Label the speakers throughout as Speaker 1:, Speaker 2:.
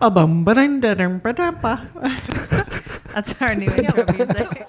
Speaker 1: A bum ba dum da dum ba dum ba.
Speaker 2: That's our new intro music.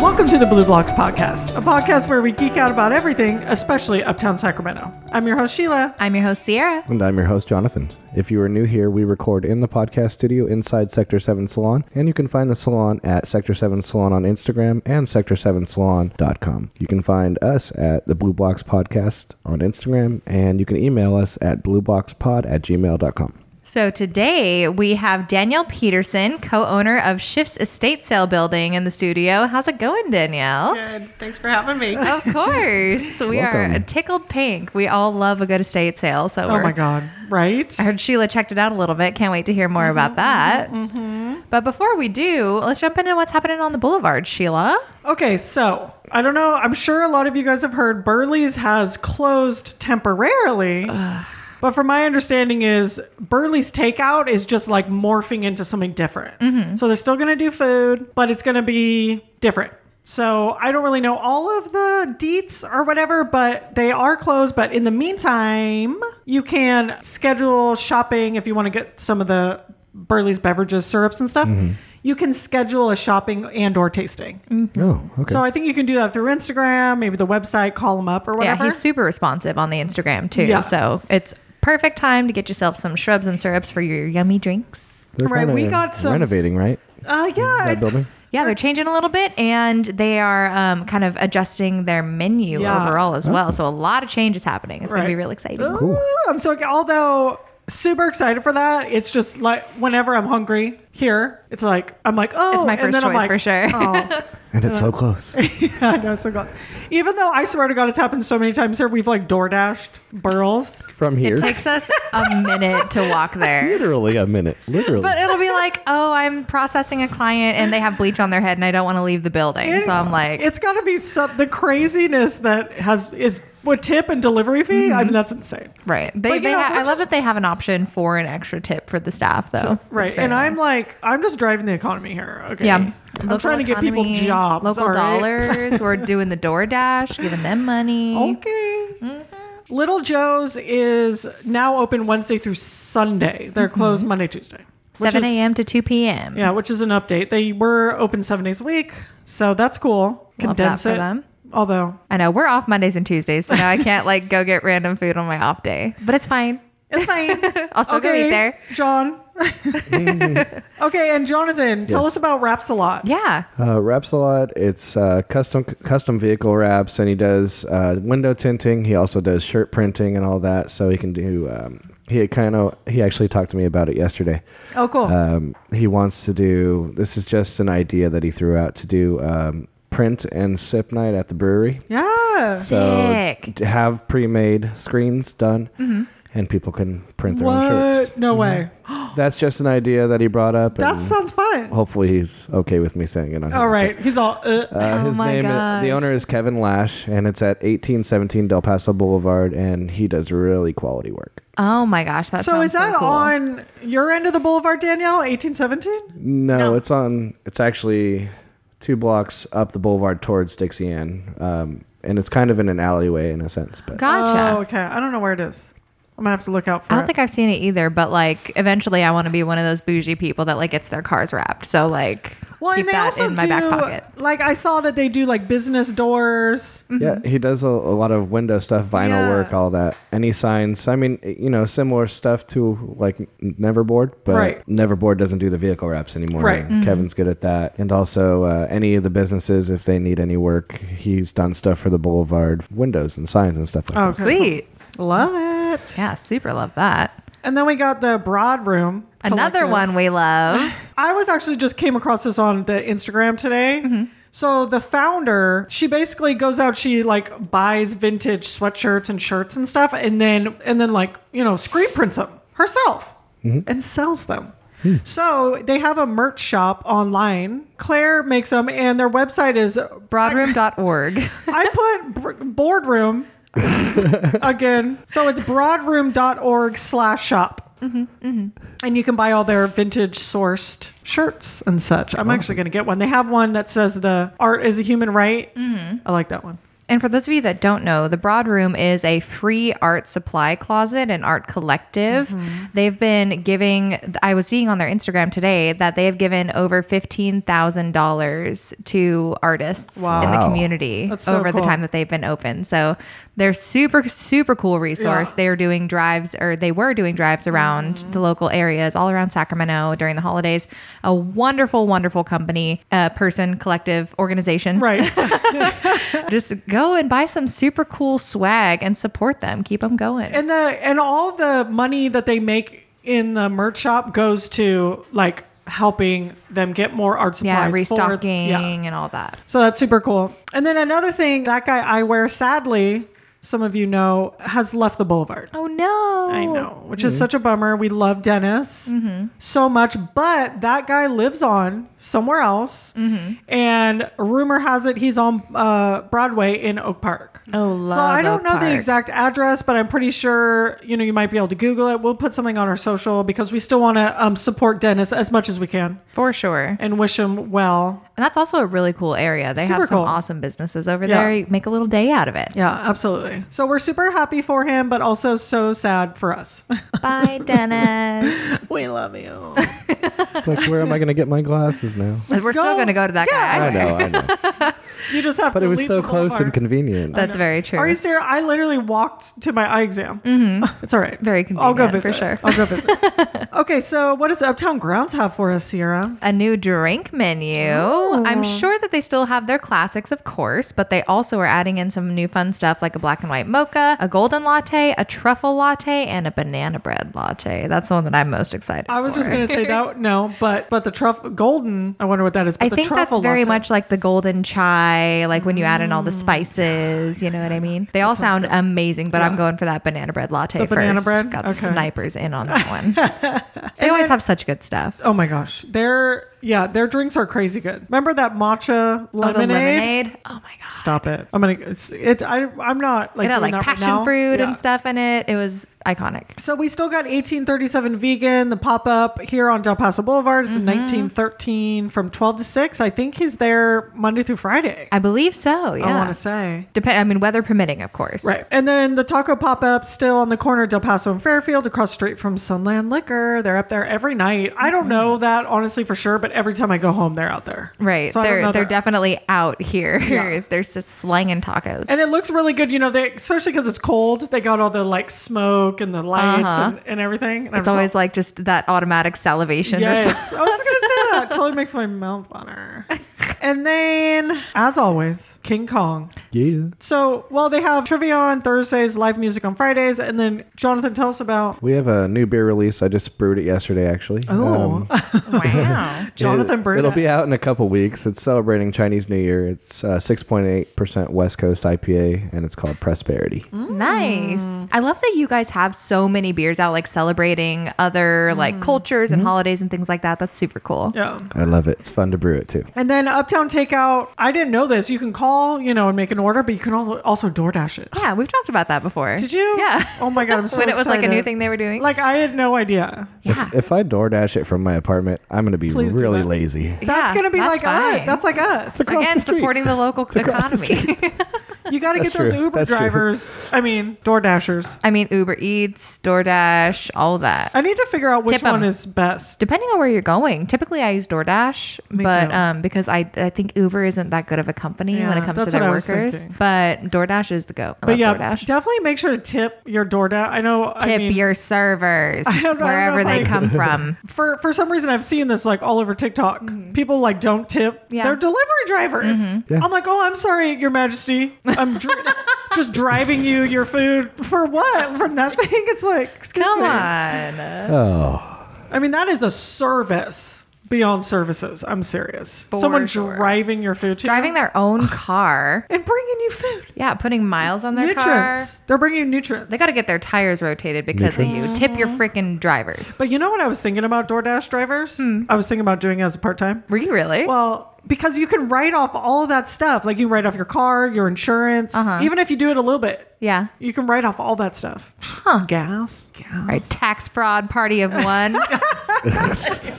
Speaker 1: Welcome to the Blue Blocks Podcast, a podcast where we geek out about everything, especially Uptown Sacramento. I'm your host, Sheila.
Speaker 2: I'm your host Sierra.
Speaker 3: And I'm your host, Jonathan. If you are new here, we record in the podcast studio inside Sector 7 Salon, and you can find the salon at Sector 7 Salon on Instagram and Sector7Salon.com. You can find us at the Blue Blocks Podcast on Instagram, and you can email us at blueboxpod at gmail.com.
Speaker 2: So today we have Danielle Peterson, co-owner of Shifts Estate Sale Building in the studio. How's it going, Danielle?
Speaker 4: Good. Thanks for having me.
Speaker 2: Of course. we are
Speaker 3: Welcome.
Speaker 2: tickled pink. We all love a good estate sale. So
Speaker 1: Oh my God, right?
Speaker 2: I heard Sheila checked it out a little bit. Can't wait to hear more
Speaker 4: Mm-hmm,
Speaker 2: about that. But before we do, let's jump into what's happening on the boulevard, Sheila.
Speaker 1: Okay, so I don't know. I'm sure a lot of you guys have heard Burley's has closed temporarily. But from my understanding is Burley's takeout is just like morphing into something different. So they're still going to do food, but it's going to be different. So I don't really know all of the deets or whatever, but they are closed. But in the meantime, you can schedule shopping if you want to get some of the Burley's beverages, syrups and stuff. You can schedule a shopping and or tasting.
Speaker 3: Oh, okay.
Speaker 1: So I think you can do that through Instagram, maybe the website, call them up or whatever.
Speaker 2: Yeah, he's super responsive on the Instagram too.
Speaker 1: Yeah.
Speaker 2: So it's perfect time to get yourself some shrubs and syrups for your yummy drinks.
Speaker 3: They're
Speaker 1: Right,
Speaker 3: kinda
Speaker 1: we got some-
Speaker 3: renovating, right?
Speaker 1: uh, yeah, I-
Speaker 3: That building?
Speaker 2: Yeah, they're changing a little bit and they are um, kind of adjusting their menu
Speaker 1: Yeah.
Speaker 2: overall as well. So a lot of change is happening. It's going to be
Speaker 1: Right.
Speaker 2: real exciting.
Speaker 1: Ooh, I'm so although super excited for that. It's just like whenever I'm hungry here, it's like I'm like oh,
Speaker 2: It's my
Speaker 1: and
Speaker 2: first
Speaker 1: then I'm
Speaker 2: choice
Speaker 1: like,
Speaker 2: for sure.
Speaker 1: Oh,
Speaker 3: And it's so close.
Speaker 1: yeah, I know, so glad. Even though I swear to God, it's happened so many times here. We've like door dashed burls.
Speaker 3: From here,
Speaker 2: It takes us a minute to walk there.
Speaker 3: literally a minute. Literally.
Speaker 2: But it'll be like, oh, I'm processing a client and they have bleach on their head and I don't want to leave the building.
Speaker 1: It-
Speaker 2: so I'm like,
Speaker 1: it's got to be some, the craziness that has is with tip and delivery fee. I
Speaker 2: Mm-hmm.
Speaker 1: mean, that's insane.
Speaker 2: right. They,
Speaker 1: But, you
Speaker 2: they
Speaker 1: know,
Speaker 2: ha- I
Speaker 1: we're
Speaker 2: love
Speaker 1: just-
Speaker 2: that they have an option for an extra tip for the staff, though. That's
Speaker 1: Right.
Speaker 2: very
Speaker 1: And I'm
Speaker 2: nice.
Speaker 1: like, I'm just driving the economy here. Okay.
Speaker 2: Yeah.
Speaker 1: I'm
Speaker 2: Local
Speaker 1: trying to get people
Speaker 2: economy,
Speaker 1: jobs.
Speaker 2: Local
Speaker 1: all right?
Speaker 2: dollars. We're doing the DoorDash, giving them money.
Speaker 1: Okay.
Speaker 2: Mm-hmm.
Speaker 1: Little Joe's is now open Wednesday through Sunday.
Speaker 2: Mm-hmm.
Speaker 1: They're closed Monday, Tuesday. which is-
Speaker 2: 7 a.m. to 2 p.m.
Speaker 1: Yeah, which is an update. They were open seven days a week. So that's cool.
Speaker 2: Love that
Speaker 1: Condense
Speaker 2: for
Speaker 1: it.
Speaker 2: them.
Speaker 1: Although
Speaker 2: I know we're off Mondays and Tuesdays, so now I can't like go get random food on my off day, but it's fine.
Speaker 1: it's fine.
Speaker 2: I'll still go eat there.
Speaker 1: John. okay, and Jonathan, tell
Speaker 3: Yes.
Speaker 1: us about Raps a lot.
Speaker 2: Yeah.
Speaker 3: Uh, wraps a lot. It's uh, custom custom vehicle wraps, and he does uh, window tinting. He also does shirt printing and all that. So he can do. Um, he kind of he actually talked to me about it yesterday.
Speaker 1: Oh, cool.
Speaker 3: Um, he wants to do. This is just an idea that he threw out to do um, print and sip night at the brewery.
Speaker 1: yeah.
Speaker 2: Sick.
Speaker 3: So to have pre-made screens done,
Speaker 1: Mm-hmm.
Speaker 3: and people can print their own shirts. Mm-hmm.
Speaker 1: What? No way.
Speaker 3: That's just an idea that he brought up.
Speaker 1: That
Speaker 3: and
Speaker 1: sounds fun.
Speaker 3: hopefully he's okay with me saying it. On
Speaker 1: All right. He's all, uh,
Speaker 3: Uh,
Speaker 2: Oh
Speaker 3: his
Speaker 2: my
Speaker 3: name, i- the
Speaker 2: gosh.
Speaker 3: owner is Kevin Lash, and it's at 1817 Del Paso Boulevard, and he does really quality work.
Speaker 2: Oh my gosh. That
Speaker 1: so
Speaker 2: sounds
Speaker 1: is that
Speaker 2: cool.
Speaker 1: on your end of the boulevard, Danielle? 1817?
Speaker 3: No,
Speaker 4: No.
Speaker 3: it's on. It's actually two blocks up the boulevard towards Dixie Ann, um, and it's kind of in an alleyway in a sense. But
Speaker 2: Gotcha.
Speaker 1: Oh, okay. I don't know where it is. I'm gonna have to look out for
Speaker 2: I don't
Speaker 1: it.
Speaker 2: think I've seen it either, but like eventually I want to be one of those bougie people that like gets their cars wrapped. So like
Speaker 1: well,
Speaker 2: keep
Speaker 1: and they
Speaker 2: that
Speaker 1: also
Speaker 2: in my
Speaker 1: do,
Speaker 2: back pocket.
Speaker 1: Like I saw that they do like business doors.
Speaker 3: yeah, he does a, a lot of window stuff,
Speaker 1: Mm-hmm.
Speaker 3: vinyl
Speaker 1: Yeah.
Speaker 3: work, all that. And he signs. I mean, eh, you know, similar stuff to like N- Neverboard, but
Speaker 1: Right.
Speaker 3: Neverboard doesn't do the vehicle wraps anymore.
Speaker 1: Right. Mm-hmm.
Speaker 3: and Kevin's good at that. And also, uh, any of the businesses, if they need any work, he's done stuff for the Boulevard windows and signs and stuff like
Speaker 1: Oh,
Speaker 3: that.
Speaker 1: okay.
Speaker 2: Sweet.
Speaker 1: Love it.
Speaker 2: Yeah, super love that.
Speaker 1: And then we got the broad room.
Speaker 2: Another
Speaker 1: Collective.
Speaker 2: one we love.
Speaker 1: I was actually just came across this on the Instagram today. So the founder, she basically goes out, she like buys vintage sweatshirts and shirts and stuff, and then and then like you know screen prints them herself and sells them. So they have a merch shop online. Claire makes them, and their website is
Speaker 2: Broadroom.org.
Speaker 1: I put br- boardroom again. So it's broadroom.org slash shop.
Speaker 2: Mm-hmm,
Speaker 1: And you can buy all their vintage sourced shirts and such. I'm actually
Speaker 2: Oh.
Speaker 1: going to get one. They have one that says the art is a human right.
Speaker 2: Mm-hmm.
Speaker 1: I like that one.
Speaker 2: And for those of you that don't know, the Broad Room is a free art supply closet and art collective.
Speaker 1: Mm-hmm.
Speaker 2: They've been giving, I was seeing on their Instagram today that they have given over $15,000 to artists in the
Speaker 3: Wow.
Speaker 2: community
Speaker 1: That's so
Speaker 2: over the
Speaker 1: cool.
Speaker 2: time that they've been open. So they're super, super cool resource.
Speaker 1: Yeah. Mm-hmm.
Speaker 2: They're doing drives, or they were doing drives around the local areas, all around Sacramento during the holidays. A wonderful, wonderful company, uh, person, collective, organization
Speaker 1: Right.
Speaker 2: just go and buy some super cool swag and support them. Keep them going.
Speaker 1: and the and all the money that they make in the merch shop goes to like helping them get more art
Speaker 2: yeah,
Speaker 1: supplies. for-
Speaker 2: restocking
Speaker 1: yeah.
Speaker 2: and all that.
Speaker 1: So that's super cool. And then another thing, that guy eyewear, sadly, some of you know, has left the boulevard.
Speaker 2: Oh Mm-hmm. no!
Speaker 1: I know, which is such a bummer. We love Dennis so much, but that guy lives on somewhere else,
Speaker 2: Mm-hmm.
Speaker 1: and rumor has it he's on uh, Broadway in Oak Park.
Speaker 2: Oh,
Speaker 1: so
Speaker 2: love
Speaker 1: I don't
Speaker 2: Oak
Speaker 1: know the
Speaker 2: Park.
Speaker 1: exact address, but I'm pretty sure you know you might be able to Google it. We'll put something on our social because we still want to um, support Dennis as much as we can
Speaker 2: For sure. And
Speaker 1: and wish him well.
Speaker 2: that's also a really cool area. They
Speaker 1: Super
Speaker 2: have some
Speaker 1: cool.
Speaker 2: awesome businesses over
Speaker 1: Yeah.
Speaker 2: there. You make a little day out of it.
Speaker 1: Yeah, absolutely. So we're super happy for him, but also so sad for us.
Speaker 2: Bye, Dennis.
Speaker 1: we love you.
Speaker 3: It's like, where am I going to get my glasses now?
Speaker 2: We're still
Speaker 1: Go-
Speaker 2: going to go to that
Speaker 1: Yeah.
Speaker 2: guy.
Speaker 3: I know, I know.
Speaker 1: You just have
Speaker 3: But
Speaker 1: to.
Speaker 3: it was
Speaker 1: leave
Speaker 3: so
Speaker 1: the
Speaker 3: close
Speaker 1: boulevard.
Speaker 3: and convenient.
Speaker 2: That's very true.
Speaker 1: Are you serious? I literally walked to my eye exam. Mm-hmm. It's all right.
Speaker 2: Very
Speaker 1: I'll go
Speaker 2: convenient, for
Speaker 1: visit.
Speaker 2: sure.
Speaker 1: I'll go visit. okay, so what does Uptown Grounds have for us, Sierra?
Speaker 2: a new drink menu. I'm
Speaker 1: Oh.
Speaker 2: sure that they still have their classics, of course, but they also are adding in some new fun stuff like a black and white mocha, a golden latte, a truffle latte, and a banana bread latte. That's the one that I'm most excited.
Speaker 1: I was just
Speaker 2: for.
Speaker 1: going to say that no, but but the truffle golden. I wonder what that is. But
Speaker 2: I
Speaker 1: the
Speaker 2: think that's
Speaker 1: truffle
Speaker 2: very
Speaker 1: latte. Mm.
Speaker 2: much like the golden chai, like when you add in all the spices. You know what I mean? They all sound amazing, but I'm going for that banana bread latte
Speaker 1: The
Speaker 2: first.
Speaker 1: banana bread?
Speaker 2: Got
Speaker 1: Okay.
Speaker 2: snipers in on that one. they always have such good stuff.
Speaker 1: Oh my gosh, their yeah, their drinks are crazy good. Remember that matcha
Speaker 2: Oh, the
Speaker 1: lemonade?
Speaker 2: lemonade. Oh my god.
Speaker 1: Stop it! I'm gonna. It's, it. I. I'm not like
Speaker 2: it had
Speaker 1: doing
Speaker 2: like
Speaker 1: that right
Speaker 2: passion
Speaker 1: now.
Speaker 2: fruit
Speaker 1: Yeah.
Speaker 2: and stuff in it. It was iconic.
Speaker 1: So we still got 1837 vegan, the pop up here on Del Paso Boulevard.
Speaker 2: Mm-hmm.
Speaker 1: It's 1913 from 12 to 6. I think he's there Monday through Friday.
Speaker 2: I believe so. Yeah.
Speaker 1: I want to say.
Speaker 2: Depend. I mean, weather permitting, of course.
Speaker 1: Right. And then the taco pop up still on the corner of Del Paso and Fairfield across street from Sunland Liquor. They're up there every night. I
Speaker 2: Mm-hmm.
Speaker 1: don't know that honestly for sure, but every time I go home, they're out there.
Speaker 2: Right.
Speaker 1: So I don't
Speaker 2: they're
Speaker 1: know
Speaker 2: they're
Speaker 1: that-
Speaker 2: definitely out here. They're just slanging tacos.
Speaker 1: And it looks really good, you know, they, especially because it's cold. They got all the like smoke and the lights
Speaker 2: Uh-huh.
Speaker 1: and, and everything. And I'm
Speaker 2: it's
Speaker 1: just
Speaker 2: always like just that automatic salivation. response.
Speaker 1: Yes. I was just going to say that. Totally makes my mouth water. And then, as always, King Kong.
Speaker 3: yeah.
Speaker 1: So, well, they have trivia on Thursdays, live music on Fridays, and then Jonathan, tell us about
Speaker 3: We have a new beer release. I just brewed it yesterday, actually. Um,
Speaker 1: Oh.
Speaker 2: Wow.
Speaker 1: Jonathan Burnett.
Speaker 3: It'll be out in a couple weeks. It's celebrating Chinese New Year. It's uh, 6.8% West Coast IPA, and it's called Prosperity.
Speaker 1: Mm.
Speaker 2: Nice. I love that you guys have so many beers out, like celebrating other like cultures and holidays and things like that. That's super cool.
Speaker 1: Mm-hmm. Yeah.
Speaker 3: I love it. It's fun to brew it, too.
Speaker 1: And then Uptown Takeout. I didn't know this. You can call, you know, and make an order, but you can also, also DoorDash it.
Speaker 2: Yeah, we've talked about that before.
Speaker 1: Did you?
Speaker 2: Yeah.
Speaker 1: Oh my God. I'm so
Speaker 2: when it was like a new
Speaker 1: excited.
Speaker 2: thing they were doing.
Speaker 1: Like, I had no idea.
Speaker 2: yeah.
Speaker 3: If I DoorDash it from my apartment, I'm going to be
Speaker 1: Ah. Please do
Speaker 3: really
Speaker 1: that.
Speaker 3: lazy.
Speaker 1: That's
Speaker 2: Yeah,
Speaker 1: going to be
Speaker 2: that's
Speaker 1: like us.
Speaker 2: fine.
Speaker 1: That's like us.
Speaker 3: across
Speaker 2: Again,
Speaker 3: the street.
Speaker 2: supporting the local
Speaker 3: across the
Speaker 2: economy.
Speaker 1: You got to get
Speaker 3: That's
Speaker 1: those
Speaker 3: true.
Speaker 1: Uber
Speaker 3: That's true.
Speaker 1: drivers. I mean, DoorDashers.
Speaker 2: I mean, Uber Eats, DoorDash, all that.
Speaker 1: I need to figure out which
Speaker 2: Tip 'em.
Speaker 1: one is best.
Speaker 2: Depending on where you're going, typically I use DoorDash, but
Speaker 1: too.
Speaker 2: um, because I, I think Uber isn't that good of a company when
Speaker 1: Yeah,
Speaker 2: it comes to
Speaker 1: that's
Speaker 2: their
Speaker 1: what I was
Speaker 2: workers,
Speaker 1: thinking.
Speaker 2: but DoorDash is the go. I
Speaker 1: But
Speaker 2: love
Speaker 1: yeah,
Speaker 2: DoorDash.
Speaker 1: definitely make sure to tip your DoorDash. I know. I
Speaker 2: Tip
Speaker 1: mean,
Speaker 2: your servers
Speaker 1: don't know
Speaker 2: wherever
Speaker 1: if
Speaker 2: they
Speaker 1: I-
Speaker 2: come from.
Speaker 1: for for some reason I've seen this like all over TikTok. People like don't tip
Speaker 2: Mm-hmm. Yeah. Mm-hmm.
Speaker 1: their delivery drivers.
Speaker 3: Yeah.
Speaker 1: I'm like, oh, I'm sorry, Your Majesty. I'm dr- just driving you your food for what? For nothing? It's like, excuse
Speaker 2: Come
Speaker 1: me.
Speaker 2: on.
Speaker 3: Oh,
Speaker 1: I mean, that is a service. beyond services. I'm serious.
Speaker 2: For
Speaker 1: Someone
Speaker 2: sure.
Speaker 1: driving your food to you
Speaker 2: Driving their own car.
Speaker 1: and bringing you food.
Speaker 2: Yeah, putting miles on their car.
Speaker 1: nutrients. They're bringing you nutrients.
Speaker 2: They got to get their tires rotated because of you. Tip your
Speaker 1: Mm-hmm.
Speaker 2: freaking drivers.
Speaker 1: But you know what I was thinking about DoorDash drivers?
Speaker 2: Hmm.
Speaker 1: I was thinking about doing it as a part time.
Speaker 2: Were you really?
Speaker 1: Well, because you can write off all of that stuff. Like you write off your car, your insurance, even if you do it a little bit.
Speaker 2: Uh-huh. yeah.
Speaker 1: You can write off all that stuff. Gas, gas.
Speaker 2: All right, tax fraud party of one.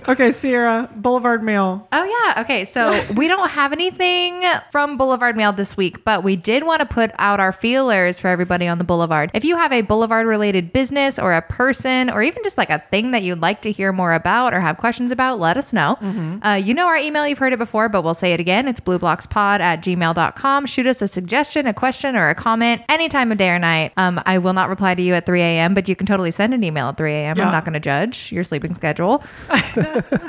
Speaker 1: Okay, Sierra, Boulevard Mail.
Speaker 2: oh yeah. Okay, so we don't have anything from Boulevard Mail this week, but we did want to put out our feelers for everybody on the Boulevard. If you have a Boulevard related business or a person or even just like a thing that you'd like to hear more about or have questions about, let us know. Uh, you know our email, you've heard it before, but we'll say it again. It's blueblockspod at gmail.com. Shoot us a suggestion, a question, or a comment any time of day or night. Um, I will not reply to you at 3 a.m., but you can totally send an email at 3 a.m.
Speaker 1: Yeah.
Speaker 2: I'm not going to judge your sleeping schedule.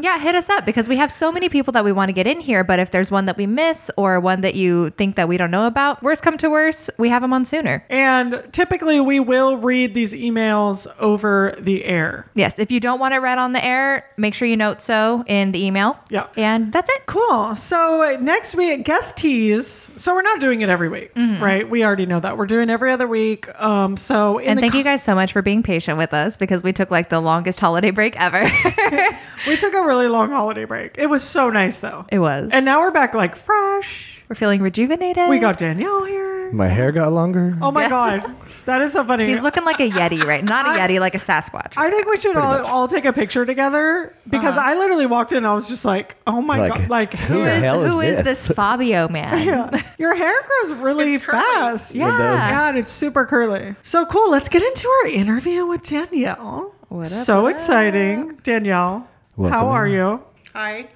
Speaker 2: yeah, hit us up because we have so many people that we want to get in here. But if there's one that we miss or one that you think that we don't know about, worst come to worst, we have them on sooner.
Speaker 1: And typically, we will read these emails over the air.
Speaker 2: Yes, if you don't want it read on the air, make sure you note so in the email.
Speaker 1: Yeah.
Speaker 2: And that's it.
Speaker 1: Cool. So uh, next week, guest tease. So we're not doing it every week,
Speaker 2: Mm-hmm.
Speaker 1: right? We already know that. We're doing every other week. Um, so in
Speaker 2: And
Speaker 1: the
Speaker 2: thank you guys so much for being patient with us because we took like the longest holiday break ever.
Speaker 1: We took a really long holiday break. It was so nice though.
Speaker 2: it was.
Speaker 1: And now we're back like fresh.
Speaker 2: we're feeling rejuvenated.
Speaker 1: We got Danielle here.
Speaker 3: My hair got longer.
Speaker 1: Oh my
Speaker 2: Yes.
Speaker 1: god. That is so funny.
Speaker 2: He's looking like a Yeti, right? Not a Yeti, like a Sasquatch.
Speaker 1: I think we should all, all take a picture together because
Speaker 2: Uh-huh.
Speaker 1: I literally walked in and I was just like, "Oh my
Speaker 3: Like,
Speaker 1: god, like
Speaker 3: who
Speaker 2: who
Speaker 3: the
Speaker 2: is,
Speaker 3: hell is
Speaker 2: who is
Speaker 3: this?
Speaker 2: this Fabio man?
Speaker 1: yeah. your hair grows really
Speaker 4: It's curly.
Speaker 1: fast."
Speaker 2: Yeah.
Speaker 1: Yeah, and it's super curly. So cool. Let's get into our interview with Danielle.
Speaker 2: What up,
Speaker 1: so
Speaker 2: what up?
Speaker 1: exciting, Danielle.
Speaker 3: Welcome
Speaker 1: how are
Speaker 3: in.
Speaker 1: you?
Speaker 4: Hi.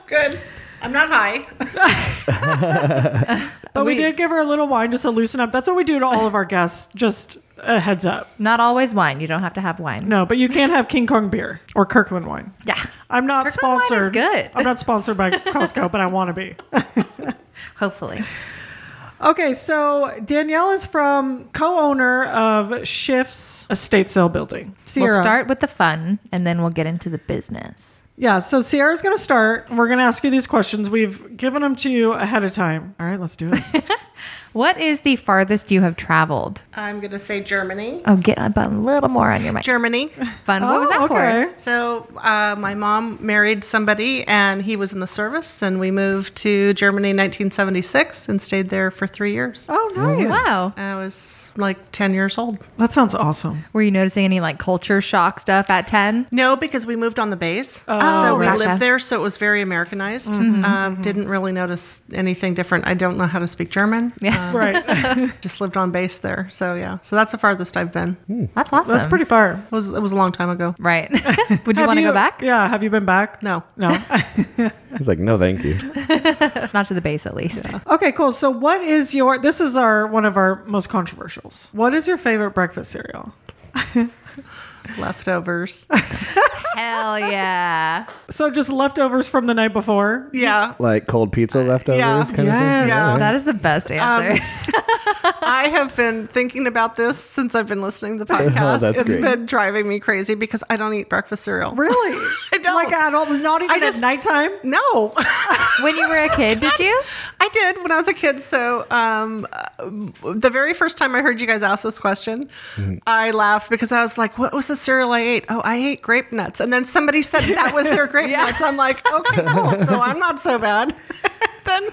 Speaker 4: Good. I'm not high.
Speaker 1: But we
Speaker 2: We-
Speaker 1: did give her a little wine just to loosen up. That's what we do to all of our guests. Just a heads up.
Speaker 2: Not always wine. You don't have to have wine.
Speaker 1: No, but you can't have King Kong beer or Kirkland wine.
Speaker 2: Yeah.
Speaker 1: I'm not
Speaker 2: Kirkland wine is
Speaker 1: sponsored.
Speaker 2: good.
Speaker 1: I'm not sponsored by Costco, but I want to be.
Speaker 2: Hopefully.
Speaker 1: Okay, so Danielle is from co-owner of Shifts Estate Sale Building. Sierra.
Speaker 2: We'll start with the fun and then we'll get into the business.
Speaker 1: Yeah, so Sierra's going to start. We're going to ask you these questions. We've given them to you ahead of time. All right, let's do it.
Speaker 2: What is the farthest you have traveled?
Speaker 4: I'm going to say Germany.
Speaker 2: Oh, get a bu- little more on your mic.
Speaker 4: Germany.
Speaker 2: Fun. what was that
Speaker 1: Oh, okay.
Speaker 2: for?
Speaker 4: So, uh, my mom married somebody and he was in the service, and we moved to Germany in 1976 and stayed there for three years.
Speaker 1: Oh, nice.
Speaker 2: Wow.
Speaker 4: I was like 10 years old.
Speaker 1: That sounds awesome.
Speaker 2: Were you noticing any like culture shock stuff at 10?
Speaker 4: No, because we moved on the base.
Speaker 2: Oh,
Speaker 4: so we
Speaker 2: gotcha.
Speaker 4: lived there, so it was very Americanized. Um, didn't really notice anything different. I don't know how to speak German.
Speaker 2: Yeah.
Speaker 1: Right.
Speaker 4: Just lived on base there. So, yeah. So, that's the farthest I've been.
Speaker 2: That's awesome.
Speaker 1: That's pretty far.
Speaker 4: It was, it was a long time ago.
Speaker 2: Right. Would you
Speaker 1: Have
Speaker 2: want to go back?
Speaker 1: Yeah, have you been back?
Speaker 4: No.
Speaker 1: No.
Speaker 3: He's like, no, thank you.
Speaker 2: Not to the base, at least.
Speaker 1: Okay, cool. So what is your this is our one of our most controversials. What is your favorite breakfast cereal?
Speaker 4: Leftovers.
Speaker 2: Hell yeah.
Speaker 1: So just leftovers from the night before?
Speaker 4: Yeah.
Speaker 3: Like cold pizza leftovers,
Speaker 4: yeah.
Speaker 3: kind of
Speaker 1: Yes.
Speaker 3: thing.
Speaker 4: Yeah.
Speaker 2: That is the best answer.
Speaker 4: I have been thinking about this since I've been listening to the podcast.
Speaker 3: That's
Speaker 4: It's
Speaker 3: great.
Speaker 4: been driving me crazy because I don't eat breakfast cereal.
Speaker 1: Really?
Speaker 4: I don't.
Speaker 1: Like at all not even
Speaker 4: just-
Speaker 1: at nighttime?
Speaker 4: No,
Speaker 2: when you were a kid, did you?
Speaker 4: I did when I was a kid. So, um, uh, the very first time I heard you guys ask this question,
Speaker 1: Mm-hmm.
Speaker 4: I laughed because I was like, "What was the cereal I ate? Oh, I ate grape nuts." And then somebody said that was their grape nuts. I'm like, "Okay, cool. So I'm not so bad." then,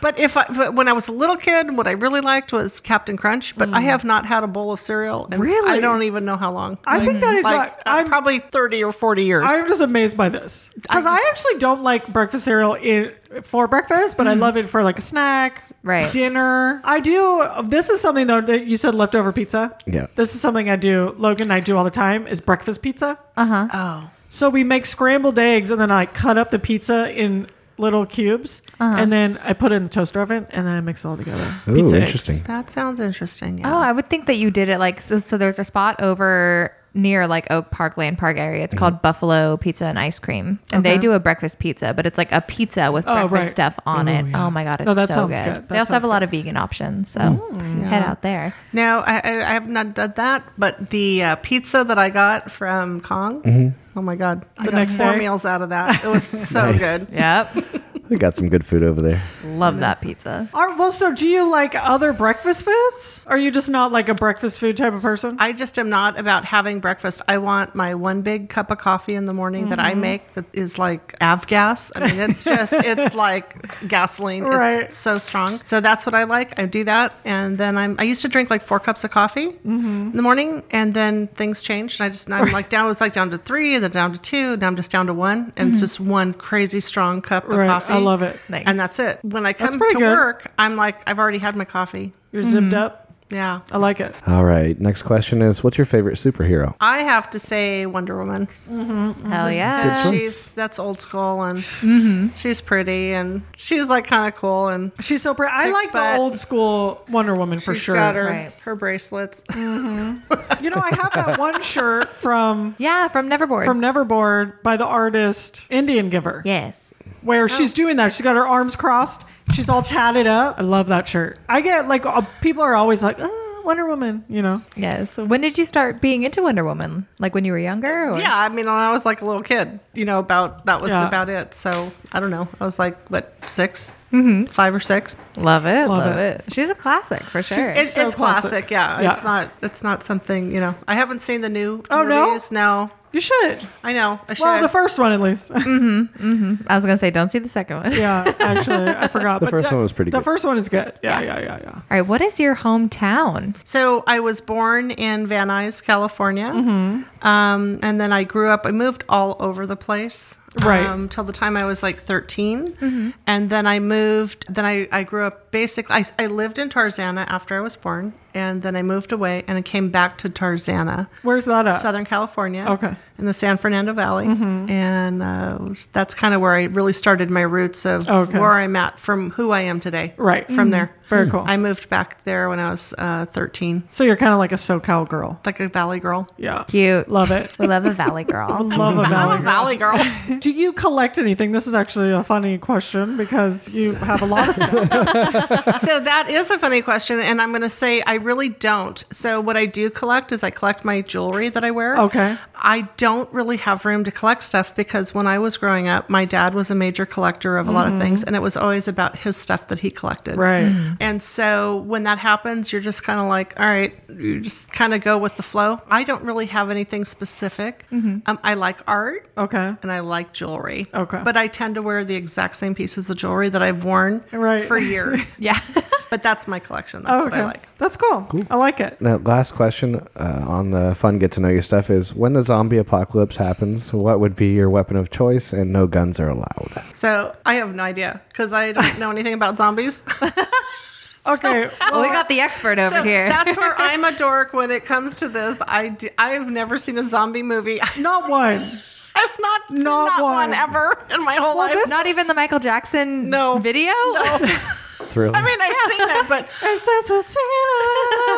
Speaker 4: but if I, but when I was a little kid, what I really liked was Captain Crunch. But I have not had a bowl of cereal. in-
Speaker 1: Mm. Really?
Speaker 4: I don't even know how long.
Speaker 1: I think that is
Speaker 4: like
Speaker 1: like,
Speaker 4: uh,
Speaker 1: I'm
Speaker 4: probably 30 or 40 years.
Speaker 1: I'm just amazed by this. Because I, actually don't like breakfast cereal in, for breakfast, but
Speaker 4: Mm-hmm.
Speaker 1: I love it for like a snack,
Speaker 2: Right.
Speaker 1: dinner. I do. This is something though that you said leftover pizza.
Speaker 3: Yeah.
Speaker 1: This is something I do. Logan and I do all the time is breakfast pizza.
Speaker 4: oh.
Speaker 1: So we make scrambled eggs and then I cut up the pizza in little cubes
Speaker 4: Uh-huh.
Speaker 1: and then I put it in the toaster oven and then I mix it all together.
Speaker 3: Ooh,
Speaker 1: pizza eggs.
Speaker 3: interesting.
Speaker 4: That sounds interesting.
Speaker 2: Oh,
Speaker 4: Yeah.
Speaker 2: I would think that you did it like so. So there's a spot over near like Oak Park Land Park area.
Speaker 1: Mm-hmm.
Speaker 2: It's called Buffalo Pizza and Ice Cream, and they do a breakfast pizza, but it's like a pizza with breakfast
Speaker 1: Oh, right.
Speaker 2: stuff on it. Oh my god, it's
Speaker 1: No, that
Speaker 2: so
Speaker 1: sounds
Speaker 2: good.
Speaker 1: good. Mm.
Speaker 2: They
Speaker 1: That
Speaker 2: also have a
Speaker 1: sounds
Speaker 2: lot of vegan options, so head out there.
Speaker 4: Now, I, I I have not done that, but the uh, pizza that I got from Kong Oh my god, I
Speaker 1: The
Speaker 4: got
Speaker 1: next
Speaker 4: four
Speaker 1: day?
Speaker 4: meals out of that. It was so
Speaker 3: Nice.
Speaker 4: good.
Speaker 2: Yep.
Speaker 3: We got some good food over there.
Speaker 2: Love that pizza.
Speaker 1: Are, well, so do you like other breakfast foods? Are you just not like a breakfast food type of person?
Speaker 4: I just am not about having breakfast. I want my one big cup of coffee in the morning that
Speaker 1: Mm-hmm.
Speaker 4: I make that is like avgas. I mean, it's just it's like gasoline.
Speaker 1: Right.
Speaker 4: It's so strong. So that's what I like. I do that, and then I'm. I used to drink like four cups of coffee
Speaker 1: Mm-hmm.
Speaker 4: in the morning, and then things changed, and I just and I'm like down. It was like down to three, and then down to two, and now I'm just down to one, and it's just one crazy strong cup of
Speaker 1: Mm-hmm. Right,
Speaker 4: coffee.
Speaker 1: I love it.
Speaker 2: Nice.
Speaker 4: and that's it. When I come
Speaker 1: pretty
Speaker 4: to
Speaker 1: good.
Speaker 4: work, I'm like I've already had my coffee.
Speaker 1: You're
Speaker 4: Mm-hmm.
Speaker 1: zipped up.
Speaker 4: Yeah.
Speaker 1: I like it.
Speaker 3: All right. Next question is What's your favorite superhero?
Speaker 4: I have to say Wonder Woman.
Speaker 1: Mm-hmm.
Speaker 2: Hell yeah.
Speaker 3: Good choice.
Speaker 4: she's that's old school and
Speaker 1: Mm-hmm.
Speaker 4: she's pretty and she's like kind of cool and
Speaker 1: She's so pretty. I
Speaker 4: Kicks
Speaker 1: like
Speaker 4: butt.
Speaker 1: the old school Wonder Woman for
Speaker 4: she's
Speaker 1: sure.
Speaker 4: got her
Speaker 2: Right.
Speaker 4: her bracelets.
Speaker 1: You know, I have that one shirt from
Speaker 2: Yeah, from Neverboard.
Speaker 1: from Neverboard by the artist Indian Giver,
Speaker 2: yes.
Speaker 1: where she's doing that. She's got her arms crossed. She's all tatted up. I love that shirt. I get like uh, people are always like "Ah, Wonder Woman, you know.
Speaker 2: Yes. When did you start being into Wonder Woman? Like when you were younger? Or?
Speaker 4: Yeah, I mean, when I was like a little kid, you know, about that was
Speaker 1: Yeah.
Speaker 4: about it. So I don't know. I was like what 6
Speaker 1: Mm-hmm.
Speaker 4: five or six.
Speaker 2: Love it. Love,
Speaker 1: it.
Speaker 2: it. She's a classic for sure.
Speaker 1: She's-
Speaker 4: It,
Speaker 1: So
Speaker 4: it's
Speaker 1: classic.
Speaker 4: classic, yeah.
Speaker 1: Yeah.
Speaker 4: It's not. It's not something you know. I haven't seen the new.
Speaker 1: Oh, no?
Speaker 4: movies, no.
Speaker 1: You should.
Speaker 4: I know. I should.
Speaker 1: Well, the first one at least.
Speaker 2: I was gonna say, don't see the second one.
Speaker 1: yeah, actually, I forgot.
Speaker 3: The first one was pretty
Speaker 1: The
Speaker 3: good.
Speaker 1: first one is good. Yeah, yeah, yeah, yeah.
Speaker 2: All right. What is your hometown?
Speaker 4: So I was born in Van Nuys, California,
Speaker 1: Mm-hmm.
Speaker 4: um, and then I grew up. I moved all over the place,
Speaker 1: Right. Mm-hmm.
Speaker 4: um, till the time I was like 13, and then I moved. Then I, I grew up. Basically, I, I lived in Tarzana after I was born, and then I moved away and I came back to Tarzana,
Speaker 1: Where's that at?
Speaker 4: Southern California,
Speaker 1: Okay. Mm-hmm.
Speaker 4: in the San Fernando Valley, and uh, that's kind of where I really started my roots of
Speaker 1: Okay.
Speaker 4: where I'm at from who I am today,
Speaker 1: Right. Mm-hmm.
Speaker 4: from there.
Speaker 1: Very cool.
Speaker 4: I moved back there when I was uh, 13
Speaker 1: so you're kind of like a SoCal girl.
Speaker 4: like a valley girl.
Speaker 1: Yeah.
Speaker 2: Cute.
Speaker 1: Love it.
Speaker 2: We love a valley girl.
Speaker 1: Love a valley. girl.
Speaker 4: valley girl.
Speaker 1: Do you collect anything? This is actually a funny question because you have a lot of stuff.
Speaker 4: so that is a funny question, and I'm going to say I really don't. So what I do collect is I collect my jewelry that I wear.
Speaker 1: Okay.
Speaker 4: I don't really have room to collect stuff because when I was growing up, my dad was a major collector of a lot of things, and it was always about his stuff that he collected.
Speaker 1: Mm-hmm. Right.
Speaker 4: And so when that happens, you're just kind of like, all right, you just kind of go with the flow. I don't really have anything specific.
Speaker 1: Mm-hmm.
Speaker 4: Um, I like art.
Speaker 1: Okay.
Speaker 4: and I like jewelry.
Speaker 1: Okay.
Speaker 4: But I tend to wear the exact same pieces of jewelry that I've worn
Speaker 1: Right. Oh,
Speaker 4: for years.
Speaker 2: Yeah.
Speaker 4: But that's my collection. That's
Speaker 1: okay.
Speaker 4: what I like.
Speaker 1: That's cool. I like it.
Speaker 3: Now, last question uh, on the fun get to know you stuff is when the zombie apocalypse happens, what would be your weapon of choice and no guns are allowed?
Speaker 4: So I have no idea because I don't know anything about zombies.
Speaker 1: Okay.
Speaker 2: well, we got the expert over
Speaker 4: so
Speaker 2: here.
Speaker 4: that's where I'm a dork when it comes to this. I d- I have never seen a zombie movie. I've
Speaker 1: Not one.
Speaker 4: not seen
Speaker 1: Not
Speaker 4: that
Speaker 1: one.
Speaker 4: one ever in my whole life.
Speaker 1: this-
Speaker 2: Not even the Michael Jackson
Speaker 4: No.
Speaker 2: video.
Speaker 3: Thrill.
Speaker 4: I mean, I've seen it, but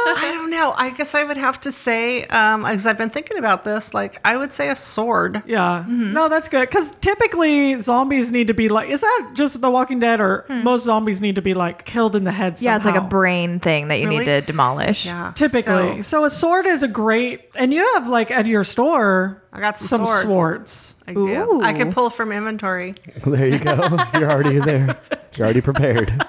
Speaker 4: I don't know. I guess I would have to say, um, because I've been thinking about this, like, I would say a sword.
Speaker 1: Yeah.
Speaker 4: Mm-hmm.
Speaker 1: No, that's good. Because typically zombies need to be like, is that just The Walking Dead or
Speaker 4: Hmm.
Speaker 1: most zombies need to be like killed in the head?
Speaker 2: Yeah, it's like a
Speaker 1: somehow?
Speaker 2: brain thing that you need to
Speaker 4: Really?
Speaker 2: demolish.
Speaker 4: Yeah.
Speaker 1: Typically.
Speaker 4: So-
Speaker 1: So, a sword is a great, and you have like at your store,
Speaker 4: I got some
Speaker 1: swords.
Speaker 4: swords. I do.
Speaker 2: Ooh.
Speaker 4: I could pull from inventory.
Speaker 3: there you go. You're already there. You're already prepared.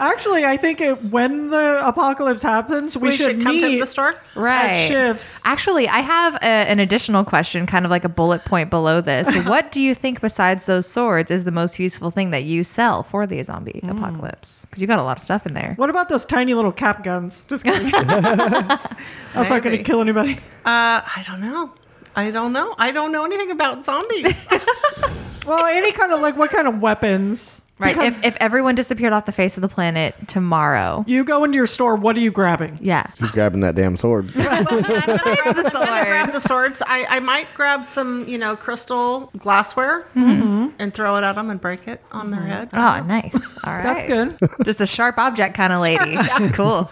Speaker 1: Actually, I think it, when the apocalypse happens, we,
Speaker 4: We, should, come
Speaker 1: meet
Speaker 4: to the store.
Speaker 2: Right.
Speaker 1: at shifts.
Speaker 2: Actually, I have a, an additional question, kind of like a bullet point below this. what do you think, besides those swords, is the most useful thing that you sell for the zombie
Speaker 4: Mm.
Speaker 2: apocalypse? Because you got a lot of stuff in there.
Speaker 1: What about those tiny little cap guns? Just kidding. That's not going to
Speaker 4: Maybe.
Speaker 1: kill anybody.
Speaker 4: Uh, I don't know. I don't know. I don't know anything about zombies.
Speaker 1: Well, any kind of like what kind of weapons?
Speaker 2: Right.
Speaker 1: Because
Speaker 2: If, if everyone disappeared off the face of the planet tomorrow.
Speaker 1: you go into your store, what are you grabbing?
Speaker 2: Yeah.
Speaker 3: He's grabbing that damn sword.
Speaker 2: the
Speaker 4: grab
Speaker 2: sword.
Speaker 4: the swords. I, I might grab some, you know, crystal glassware and throw it at them and break it on their head.
Speaker 2: Oh, nice. All right.
Speaker 1: That's good.
Speaker 2: Just a sharp object kind of lady. Cool.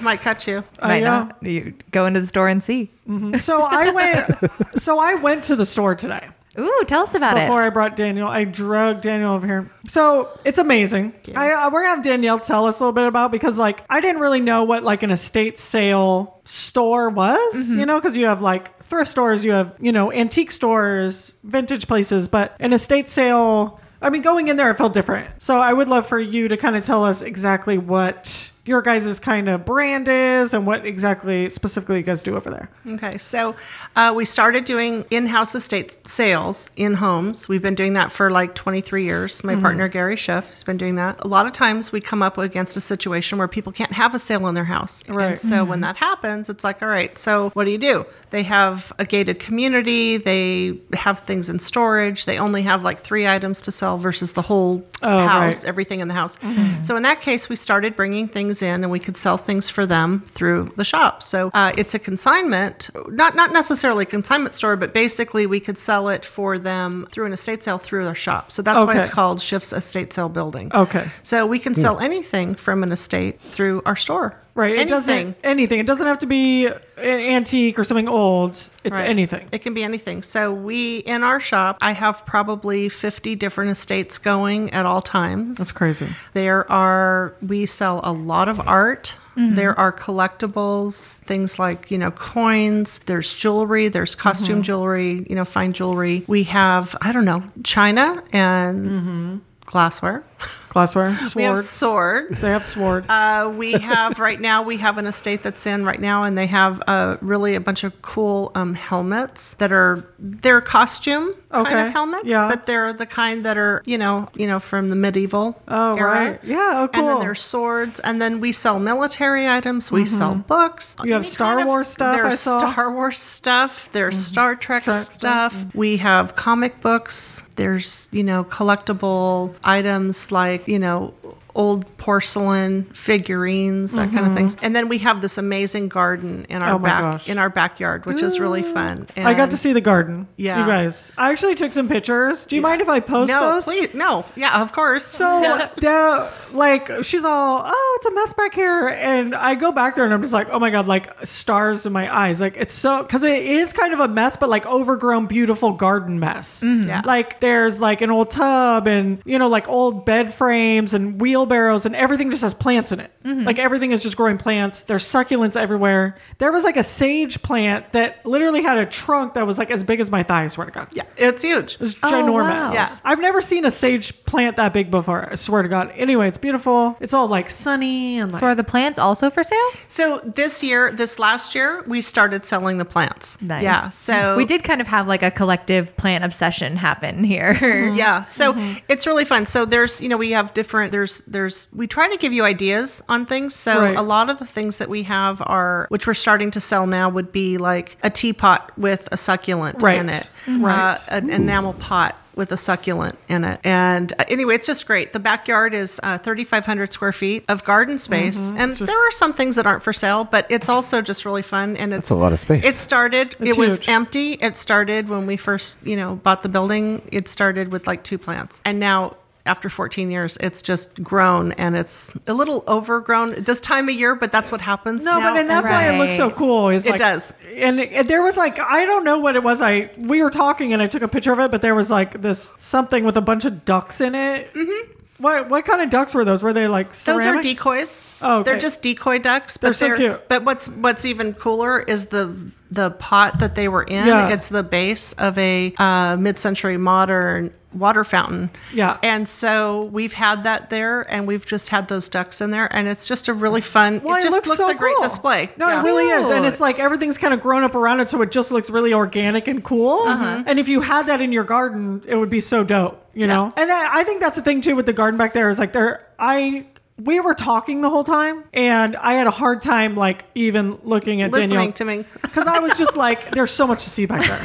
Speaker 4: Might cut you.
Speaker 2: Might
Speaker 1: yeah.
Speaker 2: not. You go into the store and see.
Speaker 1: So I went. so I went to the store today
Speaker 2: Ooh, tell us about
Speaker 1: before
Speaker 2: it.
Speaker 1: I brought Daniel. I drug Daniel over here. So it's amazing. I, I uh, we're gonna have Danielle tell us a little bit about because
Speaker 2: Mm-hmm.
Speaker 1: like I didn't really know what like an estate sale store was. You know, because you have like thrift stores, you have, you know, antique stores, vintage places, but an estate sale, I mean, going in there, it felt different. So I would love for you to kind of tell us exactly what your guys' kind of brand is and what exactly specifically you guys do over there.
Speaker 4: Okay, so uh, we started doing in-house estate sales in homes. We've been doing that for like 23 years.
Speaker 1: Hmm.
Speaker 4: My partner Gary Schiff has been doing that. A lot of times we come up against a situation where people can't have a sale on their house,
Speaker 1: Right. Hmm.
Speaker 4: and so when that happens, it's like, all right, so what do you do? They have a gated community. They have things in storage. They only have like three items to sell versus the whole
Speaker 1: Oh,
Speaker 4: house,
Speaker 1: right.
Speaker 4: everything in the house.
Speaker 1: Mm-hmm.
Speaker 4: So in that case, we started bringing things in, and we could sell things for them through the shop. So uh, it's a consignment, not not necessarily a consignment store, but basically we could sell it for them through an estate sale through our shop. So that's why
Speaker 1: Okay.
Speaker 4: it's called Schiff's Estate Sale Building.
Speaker 1: Okay.
Speaker 4: So we can sell anything from an estate through our store.
Speaker 1: Right. It
Speaker 4: Anything.
Speaker 1: doesn't anything. It doesn't have to be an antique or something old. It's
Speaker 4: Right.
Speaker 1: anything.
Speaker 4: It can be anything. So we in our shop, I have probably 50 different estates going at all times.
Speaker 1: That's crazy.
Speaker 4: There are, we sell a lot of art. There are collectibles, things like, you know, coins. There's jewelry. There's costume jewelry, you know, fine jewelry. We have, I don't know, china and glassware.
Speaker 1: Glassware, swords.
Speaker 4: Mm-hmm. We have swords.
Speaker 1: They have swords.
Speaker 4: Uh, we have right now we have an estate that's in right now and they have uh, really a bunch of cool um, helmets that are their costume kind
Speaker 1: Okay.
Speaker 4: of helmets
Speaker 1: Yeah.
Speaker 4: but they're the kind that are you know you know from the medieval
Speaker 1: Oh,
Speaker 4: era.
Speaker 1: right. Yeah, oh,
Speaker 4: and then
Speaker 1: cool.
Speaker 4: there's swords and then we sell military items we sell books
Speaker 1: Mm-hmm. You have
Speaker 4: Any
Speaker 1: Star Wars stuff,
Speaker 4: there's
Speaker 1: I saw.
Speaker 4: Star Wars stuff there's Star Trek,
Speaker 1: Mm-hmm. Trek stuff.
Speaker 4: stuff, we have comic books there's you know collectible items like you know old porcelain figurines that kind of things and then we have this amazing garden in
Speaker 1: Mm-hmm.
Speaker 4: our
Speaker 1: Oh my
Speaker 4: back
Speaker 1: gosh.
Speaker 4: in our backyard which is really fun and
Speaker 1: I got to see the garden.
Speaker 4: Yeah.
Speaker 1: You guys. I actually took some pictures. Do you mind if I post
Speaker 4: no
Speaker 1: those?
Speaker 4: please no yeah of course
Speaker 1: So, the, like, she's all, oh, it's a mess back here. And I go back there and I'm just like, oh my God, like stars in my eyes. Like, it's so, because it is kind of a mess, but like overgrown, beautiful garden mess.
Speaker 4: Yeah.
Speaker 1: Like, there's like an old tub and, you know, like old bed frames and wheelbarrows and everything just has plants in it. Like, everything is just growing plants. There's succulents everywhere. There was like a sage plant that literally had a trunk that was like as big as my thigh, I swear to God.
Speaker 4: yeah it's huge
Speaker 1: It's
Speaker 2: Oh,
Speaker 1: ginormous.
Speaker 2: wow.
Speaker 4: Yeah.
Speaker 1: I've never seen a sage plant that big before. I swear to God. Anyway, it's beautiful. It's all like sunny and like.
Speaker 2: So are the plants also for sale?
Speaker 4: So this year, this last year, we started selling the plants.
Speaker 2: Nice.
Speaker 4: Yeah. So
Speaker 2: we did kind of have like a collective plant obsession happen here.
Speaker 1: Mm-hmm.
Speaker 4: Yeah. So it's really fun. So there's, you know, we have different. There's, there's. We try to give you ideas on things. So
Speaker 1: Right.
Speaker 4: a lot of the things that we have are, which we're starting to sell now, would be like a teapot with a succulent
Speaker 1: Right. Mm-hmm.
Speaker 4: in it,
Speaker 1: Right.
Speaker 4: Uh, an enamel pot with a succulent in it. And uh, anyway, it's just great. The backyard is uh, 3,500 square feet of garden space,
Speaker 1: Mm-hmm.
Speaker 4: and there are some things that aren't for sale, but it's also just really fun. And it's
Speaker 3: a lot of space.
Speaker 4: It started.
Speaker 1: It's
Speaker 4: it was
Speaker 1: huge.
Speaker 4: empty. It started when we first, you know, bought the building. It started with like two plants, and now. After 14 years, it's just grown and it's a little overgrown this time of year, but that's what happens.
Speaker 1: no,
Speaker 4: now.
Speaker 1: but and that's why it looks so
Speaker 2: Right.
Speaker 1: cool. Is
Speaker 4: It
Speaker 1: like-
Speaker 4: does.
Speaker 1: And, and there was like I don't know what it was. I we were talking and I took a picture of it, but there was like this something with a bunch of ducks in it. Mm-hmm. What what kind of ducks were those? Were they like
Speaker 4: Those
Speaker 1: ceramic?
Speaker 4: are decoys.
Speaker 1: Oh, okay.
Speaker 4: they're just decoy ducks. But
Speaker 1: They're so cute.
Speaker 4: But what's what's even cooler is the the pot that they were in.
Speaker 1: Yeah.
Speaker 4: It's the base of a uh, mid-century modern water fountain.
Speaker 1: Yeah.
Speaker 4: And so we've had that there, and we've just had those ducks in there, and it's just a really fun.
Speaker 1: Well,
Speaker 4: it just looks,
Speaker 1: so
Speaker 4: a great
Speaker 1: cool.
Speaker 4: display.
Speaker 1: No,
Speaker 4: Yeah.
Speaker 1: it really is, and
Speaker 2: Cute.
Speaker 1: it's like everything's kind of grown up around it, so it just looks really organic and cool.
Speaker 4: Uh-huh.
Speaker 1: Mm-hmm. And if you had that in your garden, it would be so dope, you know. And that, I think that's the thing too with the garden back there is like there I. We were talking the whole time, and I had a hard time, like even looking at
Speaker 4: listening
Speaker 1: Danielle
Speaker 4: to me.
Speaker 1: because I was just like, "There's so much to see back there."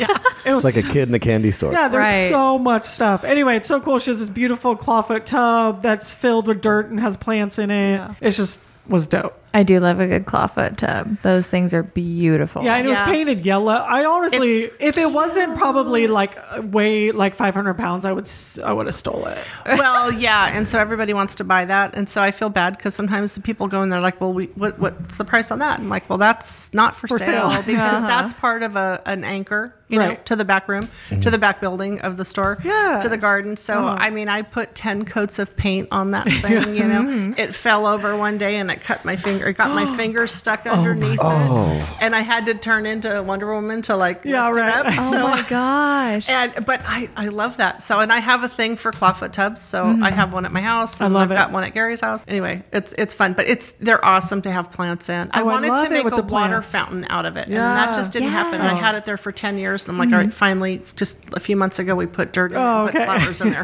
Speaker 1: It was
Speaker 3: It's like a kid in a candy store.
Speaker 1: yeah, there's
Speaker 2: Right.
Speaker 1: so much stuff. Anyway, it's so cool. She has this beautiful clawfoot tub that's filled with dirt and has plants in it. It's just was dope.
Speaker 2: I do love a good clawfoot tub. Those things are beautiful.
Speaker 1: Yeah, and it
Speaker 4: Yeah.
Speaker 1: was painted yellow. I honestly, if it wasn't probably like weigh like 500 pounds, I would s- I would have stole it.
Speaker 4: well, yeah, and so everybody wants to buy that, and so I feel bad because sometimes the people go and they're like, "Well, we, what, what's the price on that?" And I'm like, "Well, that's not for,
Speaker 1: For sale. Uh-huh.
Speaker 4: sale, because that's part of a, an anchor, you know,
Speaker 1: Right.
Speaker 4: to the back room, to
Speaker 3: Mm-hmm.
Speaker 4: the back building of the store,
Speaker 1: Yeah. Uh-huh.
Speaker 4: to the garden." So I mean,
Speaker 1: Mm-hmm.
Speaker 4: I put ten coats of paint on that thing. You know, it fell over one day and it cut my finger. under. It got my finger stuck underneath
Speaker 3: Oh.
Speaker 4: it, and I had to turn into Wonder Woman to like
Speaker 1: Yeah,
Speaker 4: lift
Speaker 1: right.
Speaker 4: it up.
Speaker 2: Oh
Speaker 4: so,
Speaker 2: my gosh.
Speaker 4: and but I I love that. So and I have a thing for clawfoot tubs. So I have one at my house. And
Speaker 1: Mm-hmm. love
Speaker 4: I've
Speaker 1: it.
Speaker 4: got one at Gary's house. Anyway, it's it's fun, but it's they're awesome to have plants in. I
Speaker 1: Oh, I
Speaker 4: wanted
Speaker 1: love
Speaker 4: to
Speaker 1: it
Speaker 4: make
Speaker 1: with
Speaker 4: a
Speaker 1: the
Speaker 4: water
Speaker 1: plants.
Speaker 4: fountain out of it, and
Speaker 1: Yeah. Mm-hmm.
Speaker 4: that just didn't happen. And I
Speaker 2: Yeah.
Speaker 4: had it there for ten years, and I'm like, all right, finally, just a few months ago, we put dirt in it
Speaker 1: Oh,
Speaker 4: and put
Speaker 1: okay.
Speaker 4: flowers in there.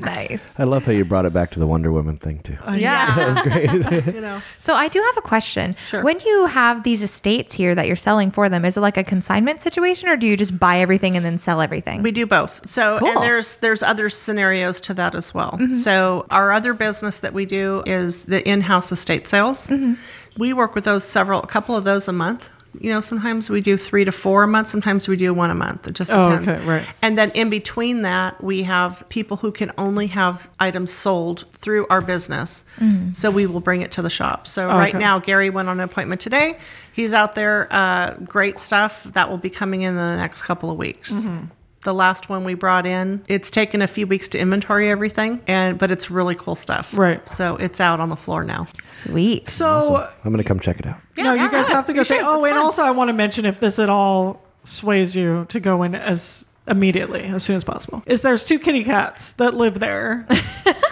Speaker 2: nice.
Speaker 3: I love how you brought it back to the Wonder Woman thing too.
Speaker 2: yeah.
Speaker 4: you know.
Speaker 2: So I do have a question.
Speaker 4: Sure.
Speaker 2: When you have these estates here that you're selling for them, is it like a consignment situation or do you just buy everything and then sell everything?
Speaker 4: We do both. So
Speaker 2: Cool.
Speaker 4: and there's there's other scenarios to that as well.
Speaker 1: Mm-hmm.
Speaker 4: So our other business that we do is the in-house estate sales.
Speaker 1: Mm-hmm.
Speaker 4: We work with those several a couple of those a month. You know, sometimes we do three to four a month. Sometimes we do one a month. It just
Speaker 1: Oh,
Speaker 4: depends.
Speaker 1: okay, right.
Speaker 4: And then in between that, we have people who can only have items sold through our business. So we will bring it to the shop. So right
Speaker 1: Mm. Oh, Okay.
Speaker 4: now, Gary went on an appointment today. He's out there. Uh, great stuff that will be coming in the next couple of weeks.
Speaker 1: Mm-hmm.
Speaker 4: The last one we brought in, it's taken a few weeks to inventory everything, and but it's really cool stuff.
Speaker 1: Right.
Speaker 4: So it's out on the floor now.
Speaker 2: Sweet.
Speaker 1: So
Speaker 4: Oh, uh,
Speaker 3: I'm gonna come check it out.
Speaker 1: no,
Speaker 4: yeah,
Speaker 1: you guys
Speaker 4: yeah,
Speaker 1: have to go
Speaker 4: you
Speaker 1: say.
Speaker 4: should.
Speaker 1: Oh,
Speaker 4: It's
Speaker 1: and
Speaker 4: fun.
Speaker 1: also I want to mention if this at all sways you to go in as immediately as soon as possible is there's two kitty cats that live there.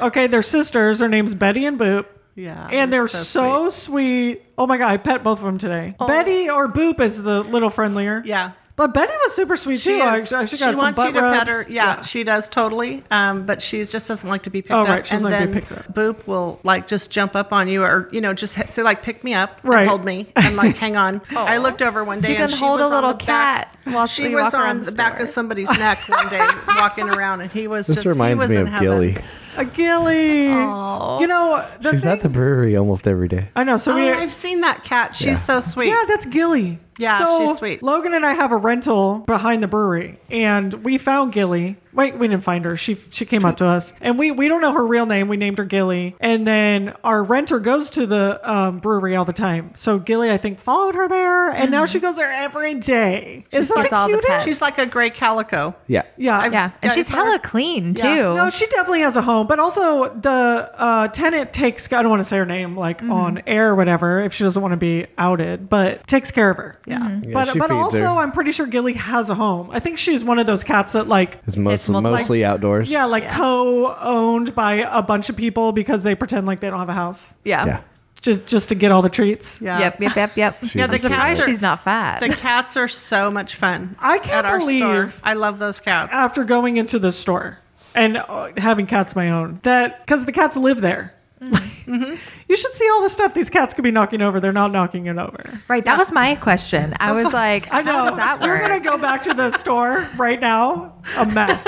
Speaker 1: okay, they're sisters. Their names Betty and Boop.
Speaker 4: Yeah.
Speaker 1: And they're, so, sweet. Oh my god, I pet both of them today. Betty or Boop is the little friendlier.
Speaker 4: Oh. Yeah.
Speaker 1: But Betty was super sweet
Speaker 4: She,
Speaker 1: too. I
Speaker 4: is,
Speaker 1: actually got
Speaker 4: she
Speaker 1: some
Speaker 4: wants
Speaker 1: butt
Speaker 4: you to pet
Speaker 1: rubs.
Speaker 4: her. Yeah, she does totally. Um, but she just doesn't like to be picked
Speaker 1: Oh,
Speaker 4: up.
Speaker 1: right, she doesn't
Speaker 4: and
Speaker 1: like to
Speaker 4: then
Speaker 1: be picked up.
Speaker 4: Boop will like just jump up on you, or you know, just hit- say like, "Pick me up," and
Speaker 1: Right.
Speaker 4: hold me, and like, hang on. I looked over one day
Speaker 2: you
Speaker 4: and
Speaker 2: can
Speaker 4: she
Speaker 2: hold a
Speaker 4: was on
Speaker 2: little
Speaker 4: the back-
Speaker 2: cat while
Speaker 4: she
Speaker 2: you
Speaker 4: was
Speaker 2: walk around
Speaker 4: on
Speaker 2: the
Speaker 4: the back
Speaker 2: store.
Speaker 4: of somebody's neck one day, walking around, and he was
Speaker 3: This
Speaker 4: just. he
Speaker 3: reminds
Speaker 4: was
Speaker 3: me
Speaker 4: in
Speaker 3: of
Speaker 4: heaven.
Speaker 3: Gilly.
Speaker 1: A gilly. You know, the
Speaker 3: She's
Speaker 1: thing,
Speaker 3: at the brewery almost every day.
Speaker 1: I know. So
Speaker 4: Oh,
Speaker 1: we.
Speaker 4: I've seen that cat. She's
Speaker 3: Yeah.
Speaker 4: so sweet.
Speaker 1: Yeah, that's Gilly.
Speaker 4: Yeah,
Speaker 1: so
Speaker 4: she's sweet.
Speaker 1: Logan and I have a rental behind the brewery, and we found Gilly. Wait, we didn't find her. She she came up to us, and we we don't know her real name. We named her Gilly, and then our renter goes to the um, brewery all the time. So Gilly, I think, followed her there, and
Speaker 4: Mm-hmm.
Speaker 1: now she goes there every day. It's
Speaker 2: gets
Speaker 1: like
Speaker 2: all the
Speaker 1: cutest?
Speaker 2: pets.
Speaker 4: She's like a gray calico.
Speaker 3: Yeah.
Speaker 1: Yeah,
Speaker 4: I've-
Speaker 2: yeah. And
Speaker 4: Yeah,
Speaker 2: she's
Speaker 4: it's hard.
Speaker 2: hella clean too.
Speaker 4: Yeah.
Speaker 1: No, she definitely has a home, but also the uh, tenant takes, I don't want to say her name like on air or whatever if she doesn't want to be outed, but takes care of her. Yeah. But,
Speaker 3: she
Speaker 1: but
Speaker 3: feeds
Speaker 1: also,
Speaker 3: her.
Speaker 1: I'm pretty sure Gilly has a home. I think she's one of those cats that, like,
Speaker 3: It's, most,
Speaker 2: multi-
Speaker 3: mostly outdoors.
Speaker 1: yeah, like co owned by a bunch of people because they pretend like they don't have a house
Speaker 2: yeah.
Speaker 3: Yeah.
Speaker 1: just, just to get all the treats.
Speaker 4: Yeah.
Speaker 2: Yep, yep, yep, yep.
Speaker 3: Yeah,
Speaker 2: I'm
Speaker 3: the
Speaker 2: surprised
Speaker 4: cats are-
Speaker 2: she's not fat.
Speaker 4: The cats are so much fun.
Speaker 1: I can't
Speaker 4: at our store.
Speaker 1: believe-
Speaker 4: I love those cats.
Speaker 1: After going into the store and uh, having cats my own, that because the cats live there. You should see all the stuff these cats could be knocking over. They're not knocking it over.
Speaker 2: right, that was my question. I was like,
Speaker 1: I know.
Speaker 2: how does that
Speaker 1: We're
Speaker 2: work?
Speaker 1: gonna go back to the store right now. A mess.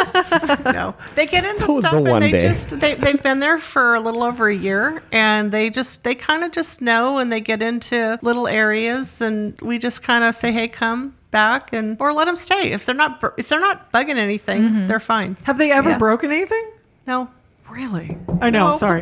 Speaker 4: no they get into
Speaker 3: The- the
Speaker 4: stuff
Speaker 3: one
Speaker 4: and they
Speaker 3: day.
Speaker 4: just they, they've been there for a little over a year and they just they kind of just know and they get into little areas and we just kind of say hey come back and or let them stay if they're not bur- if they're not bugging anything they're fine
Speaker 1: Have they ever
Speaker 2: Yeah.
Speaker 1: broken anything?
Speaker 4: no
Speaker 1: Really? I know.
Speaker 4: No.
Speaker 1: Sorry.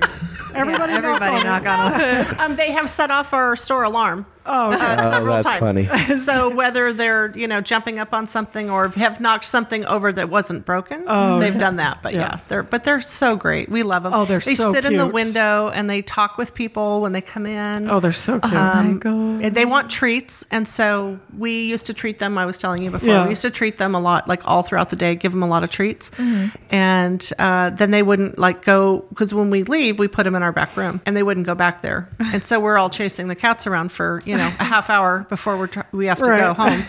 Speaker 1: Everybody,
Speaker 2: Yeah, everybody
Speaker 1: knock
Speaker 2: knock on wood.
Speaker 4: um, they have set off our store alarm
Speaker 1: on. it. Oh,
Speaker 4: uh,
Speaker 1: okay.
Speaker 4: several
Speaker 3: that's
Speaker 4: times.
Speaker 3: funny.
Speaker 4: so whether they're you know jumping up on something or have knocked something over that wasn't broken, they've done that. But yeah.
Speaker 1: Oh, Yeah.
Speaker 4: they're but they're so great. We love them.
Speaker 1: Oh, they're
Speaker 4: they
Speaker 1: so
Speaker 4: sit in the
Speaker 1: cute.
Speaker 4: window and they talk with people when they come in.
Speaker 1: Oh, they're so cute.
Speaker 4: And they want treats, and so we used to treat them. I was telling you before,
Speaker 1: Yeah.
Speaker 4: we used to treat them a lot, like all throughout the day, give them a lot of treats,
Speaker 1: Mm-hmm.
Speaker 4: and uh, then they wouldn't like go because when we leave, we put them in our back room, and they wouldn't go back there, and so we're all chasing the cats around for you know a half hour before we're tr- we have to go
Speaker 1: Right.
Speaker 4: home.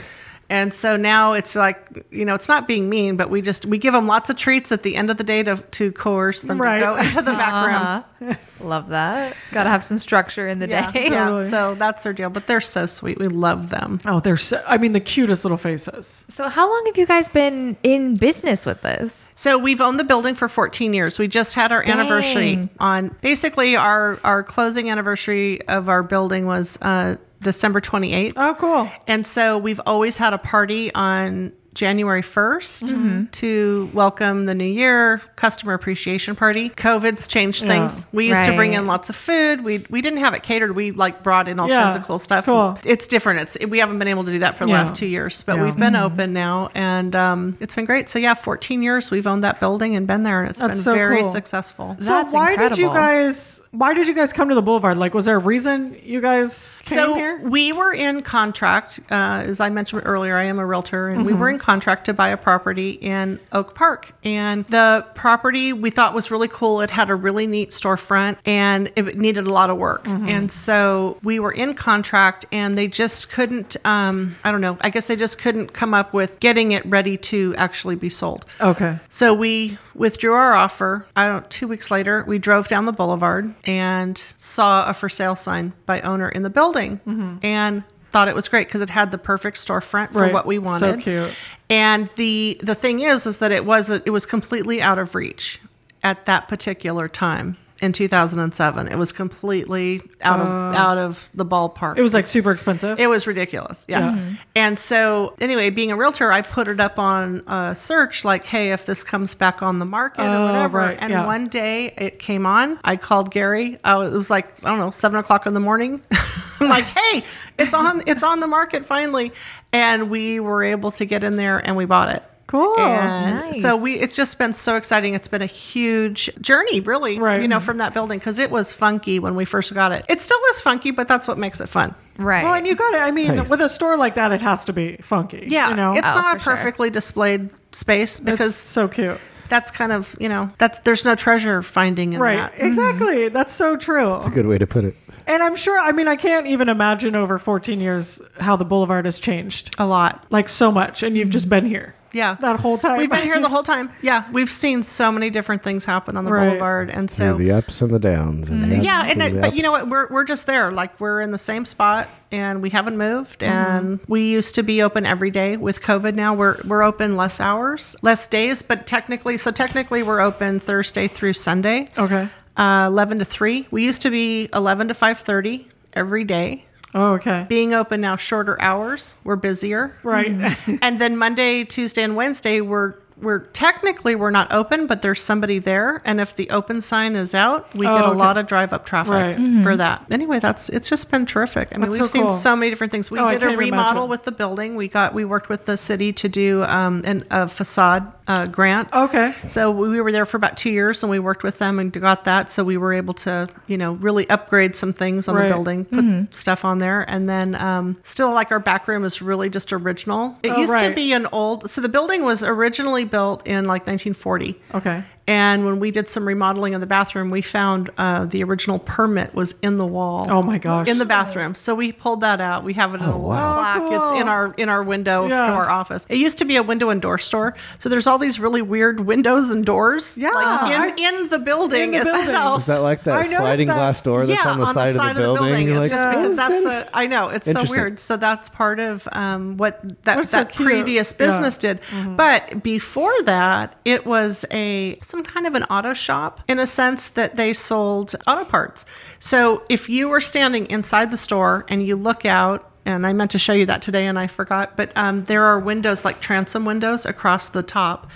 Speaker 4: And so now it's like you know it's not being mean, but we just we give them lots of treats at the end of the day to to coerce them
Speaker 1: Right.
Speaker 4: to go into the back room.
Speaker 2: Love that. Got to have some structure in the
Speaker 4: Yeah,
Speaker 2: day.
Speaker 4: yeah.
Speaker 1: Totally.
Speaker 4: So that's their deal, but they're so sweet. We love them.
Speaker 1: oh, they're so. I mean, the cutest little faces.
Speaker 2: So, how long have you guys been in business with this?
Speaker 4: So we've owned the building for 14 years. We just had our anniversary
Speaker 2: Dang.
Speaker 4: on basically our our closing anniversary of our building was uh, December 28th.
Speaker 1: Oh, cool.
Speaker 4: And so we've always had a party on January 1st to welcome the new year, customer appreciation party. COVID's changed things. we used to bring in
Speaker 2: Right.
Speaker 4: lots of food. We we didn't have it catered. We like brought in all
Speaker 1: Yeah.
Speaker 4: kinds of cool stuff.
Speaker 1: Cool.
Speaker 4: It's different. It's we haven't been able to do that for the
Speaker 1: Yeah.
Speaker 4: last 2 years, but
Speaker 1: Yeah. Mm-hmm.
Speaker 4: we've been open now and um, it's been great. So yeah, 14 years we've owned that building and been there and it's
Speaker 1: That's
Speaker 4: been
Speaker 1: so
Speaker 4: very
Speaker 1: cool.
Speaker 4: successful.
Speaker 2: That's
Speaker 1: so why did you
Speaker 2: incredible.
Speaker 1: guys? Why did you guys come to the Boulevard? Like, was there a reason you guys came
Speaker 4: so
Speaker 1: here?
Speaker 4: we were in contract uh, as i mentioned earlier i am a realtor and we were in contract to buy a property in oak park and the property we thought was really cool it had a really neat storefront and it needed a lot of work and so we were in contract and they just couldn't um, i don't know i guess they just couldn't come up with getting it ready to actually be sold
Speaker 1: Okay.
Speaker 4: so we withdrew our offer. I don't. Two weeks later, we drove down the boulevard and saw a for sale sign by owner in the building, and thought it was great because it had the perfect storefront
Speaker 1: Mm-hmm.
Speaker 4: for
Speaker 1: Right.
Speaker 4: what we
Speaker 1: So
Speaker 4: wanted.
Speaker 1: cute.
Speaker 4: And the the thing is, is that it was it was completely out of reach at that particular time in 2007. It was completely out of out of the ballpark.
Speaker 1: Uh. It was like super expensive.
Speaker 4: It was ridiculous. Yeah. Mm-hmm. And so, anyway, being a realtor, I put it up on a search like, hey, if this comes back on the market
Speaker 1: Oh,
Speaker 4: or whatever.
Speaker 1: right,
Speaker 4: And
Speaker 1: yeah.
Speaker 4: one day it came on. I called Gary. I was, it was like, I don't know, seven o'clock in the morning. I'm like, hey, it's on, it's on the market finally. And we were able to get in there and we bought it.
Speaker 1: cool.
Speaker 4: And
Speaker 2: nice.
Speaker 4: so we it's just been so exciting. It's been a huge journey, really,
Speaker 1: Right.
Speaker 4: you know, from that building because it was funky when we first got it. It still is funky, but that's what makes it fun.
Speaker 2: Right.
Speaker 1: Well, and you got it. I mean,
Speaker 3: Nice.
Speaker 1: with a store like that, it has to be funky.
Speaker 4: Yeah,
Speaker 1: you know,
Speaker 4: it's
Speaker 2: Oh,
Speaker 4: not a
Speaker 2: for sure.
Speaker 4: perfectly displayed space
Speaker 1: It's
Speaker 4: because
Speaker 1: so cute.
Speaker 4: that's kind of you know that's there's no treasure finding in
Speaker 1: Right,
Speaker 4: that.
Speaker 1: exactly. That's so true.
Speaker 3: That's a good way to put it.
Speaker 1: and I'm sure. I mean, I can't even imagine over 14 years how the Boulevard has changed,
Speaker 4: A lot.
Speaker 1: like so much. And you've just been here.
Speaker 4: Yeah.
Speaker 1: that whole time.
Speaker 4: We've been here the whole time. Yeah, we've seen so many different things happen on the
Speaker 1: Right.
Speaker 4: boulevard, and
Speaker 3: You know,
Speaker 4: so Mm.
Speaker 3: the ups and the downs. And the ups
Speaker 4: yeah, and
Speaker 3: the
Speaker 4: it, but you know
Speaker 3: ups.
Speaker 4: what? We're we're just there. Like we're in the same spot, and we haven't moved.
Speaker 1: Mm-hmm.
Speaker 4: And we used to be open every day. With COVID now, we're we're open less hours, less days, but technically, so technically, we're open Thursday through Sunday.
Speaker 1: Okay.
Speaker 4: Uh, 11 to 3 we used to be 11 to 5.30 every day
Speaker 1: Oh, okay.
Speaker 4: being open now shorter hours we're busier
Speaker 1: right.
Speaker 4: and then monday tuesday and wednesday we're we're technically we're not open but there's somebody there and if the open sign is out we
Speaker 1: Oh,
Speaker 4: get a
Speaker 1: okay.
Speaker 4: lot of drive up traffic
Speaker 1: Right. Mm-hmm.
Speaker 4: for that anyway that's it's just been terrific i mean
Speaker 1: That's
Speaker 4: we've
Speaker 1: so
Speaker 4: seen
Speaker 1: cool.
Speaker 4: so many different things we
Speaker 1: Oh, I
Speaker 4: did a
Speaker 1: can't even
Speaker 4: remodel
Speaker 1: imagine.
Speaker 4: with the building we got we worked with the city to do um, an, a facade uh, grant
Speaker 1: okay.
Speaker 4: so we were there for about two years, and we worked with them and got that. So we were able to, you know, really upgrade some things on
Speaker 1: Right. Mm-hmm.
Speaker 4: the building, put stuff on there, and then um, still like our back room is really just original. It
Speaker 1: Oh,
Speaker 4: used to
Speaker 1: right.
Speaker 4: be an old. So the building was originally built in like 1940.
Speaker 1: Okay.
Speaker 4: And when we did some remodeling in the bathroom, we found uh, the original permit was in the wall.
Speaker 1: Oh my gosh.
Speaker 4: In the bathroom, so we pulled that out. We have it in a little
Speaker 3: wow.
Speaker 4: plaque.
Speaker 1: Oh,
Speaker 4: It's in
Speaker 1: cool.
Speaker 4: our in our window
Speaker 1: Yeah.
Speaker 4: to our office. It used to be a window and door store, so there's all these really weird windows and doors.
Speaker 1: Yeah.
Speaker 4: like in, in the building
Speaker 1: In the building.
Speaker 4: itself.
Speaker 3: Is that like
Speaker 1: I
Speaker 3: that
Speaker 1: noticed
Speaker 3: sliding
Speaker 1: that.
Speaker 3: glass door that's
Speaker 4: yeah,
Speaker 3: on the side, of, the building? You're like,
Speaker 4: It's just
Speaker 3: "Oh,
Speaker 4: because
Speaker 3: is
Speaker 4: that's
Speaker 3: that-"
Speaker 4: a. I know it's so
Speaker 3: Interesting.
Speaker 4: weird. So that's part of um, what that
Speaker 1: That's so
Speaker 4: that
Speaker 1: cute.
Speaker 4: previous
Speaker 1: Yeah.
Speaker 4: business did.
Speaker 1: Mm-hmm.
Speaker 4: But before that, it was a some kind of an auto shop in a sense that they sold auto parts. So if you were standing inside the store and you look out. And I meant to show you that today, and I forgot. But um, there are windows, like transom windows, across the top,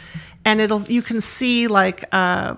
Speaker 4: and it'll you can see like uh,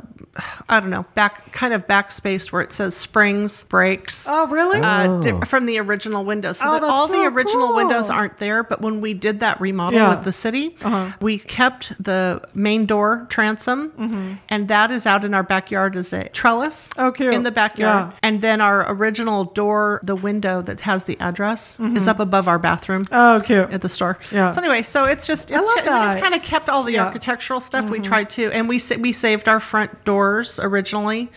Speaker 4: I don't know, back kind of backspaced where it says springs, brakes,
Speaker 1: oh really?
Speaker 4: uh, di- from the original windows. So
Speaker 1: Oh,
Speaker 4: that
Speaker 1: that's
Speaker 4: all the
Speaker 1: so
Speaker 4: original
Speaker 1: cool.
Speaker 4: windows aren't there, but when we did that remodel
Speaker 1: Yeah.
Speaker 4: with the city,
Speaker 1: Uh-huh.
Speaker 4: we kept the main door transom, and that is out in our backyard as a trellis
Speaker 1: Mm-hmm. Oh, cute.
Speaker 4: in the backyard.
Speaker 1: Yeah.
Speaker 4: And then our original door, the window that has the address, is up above our bathroom
Speaker 1: Mm-hmm. oh cute.
Speaker 4: at the store.
Speaker 1: Yeah.
Speaker 4: So anyway, so it's just it's
Speaker 1: love
Speaker 4: we just
Speaker 1: that.
Speaker 4: kind of kept all the
Speaker 1: Yeah. Mm-hmm.
Speaker 4: architectural stuff we tried to, and we sa- we saved our front doors originally,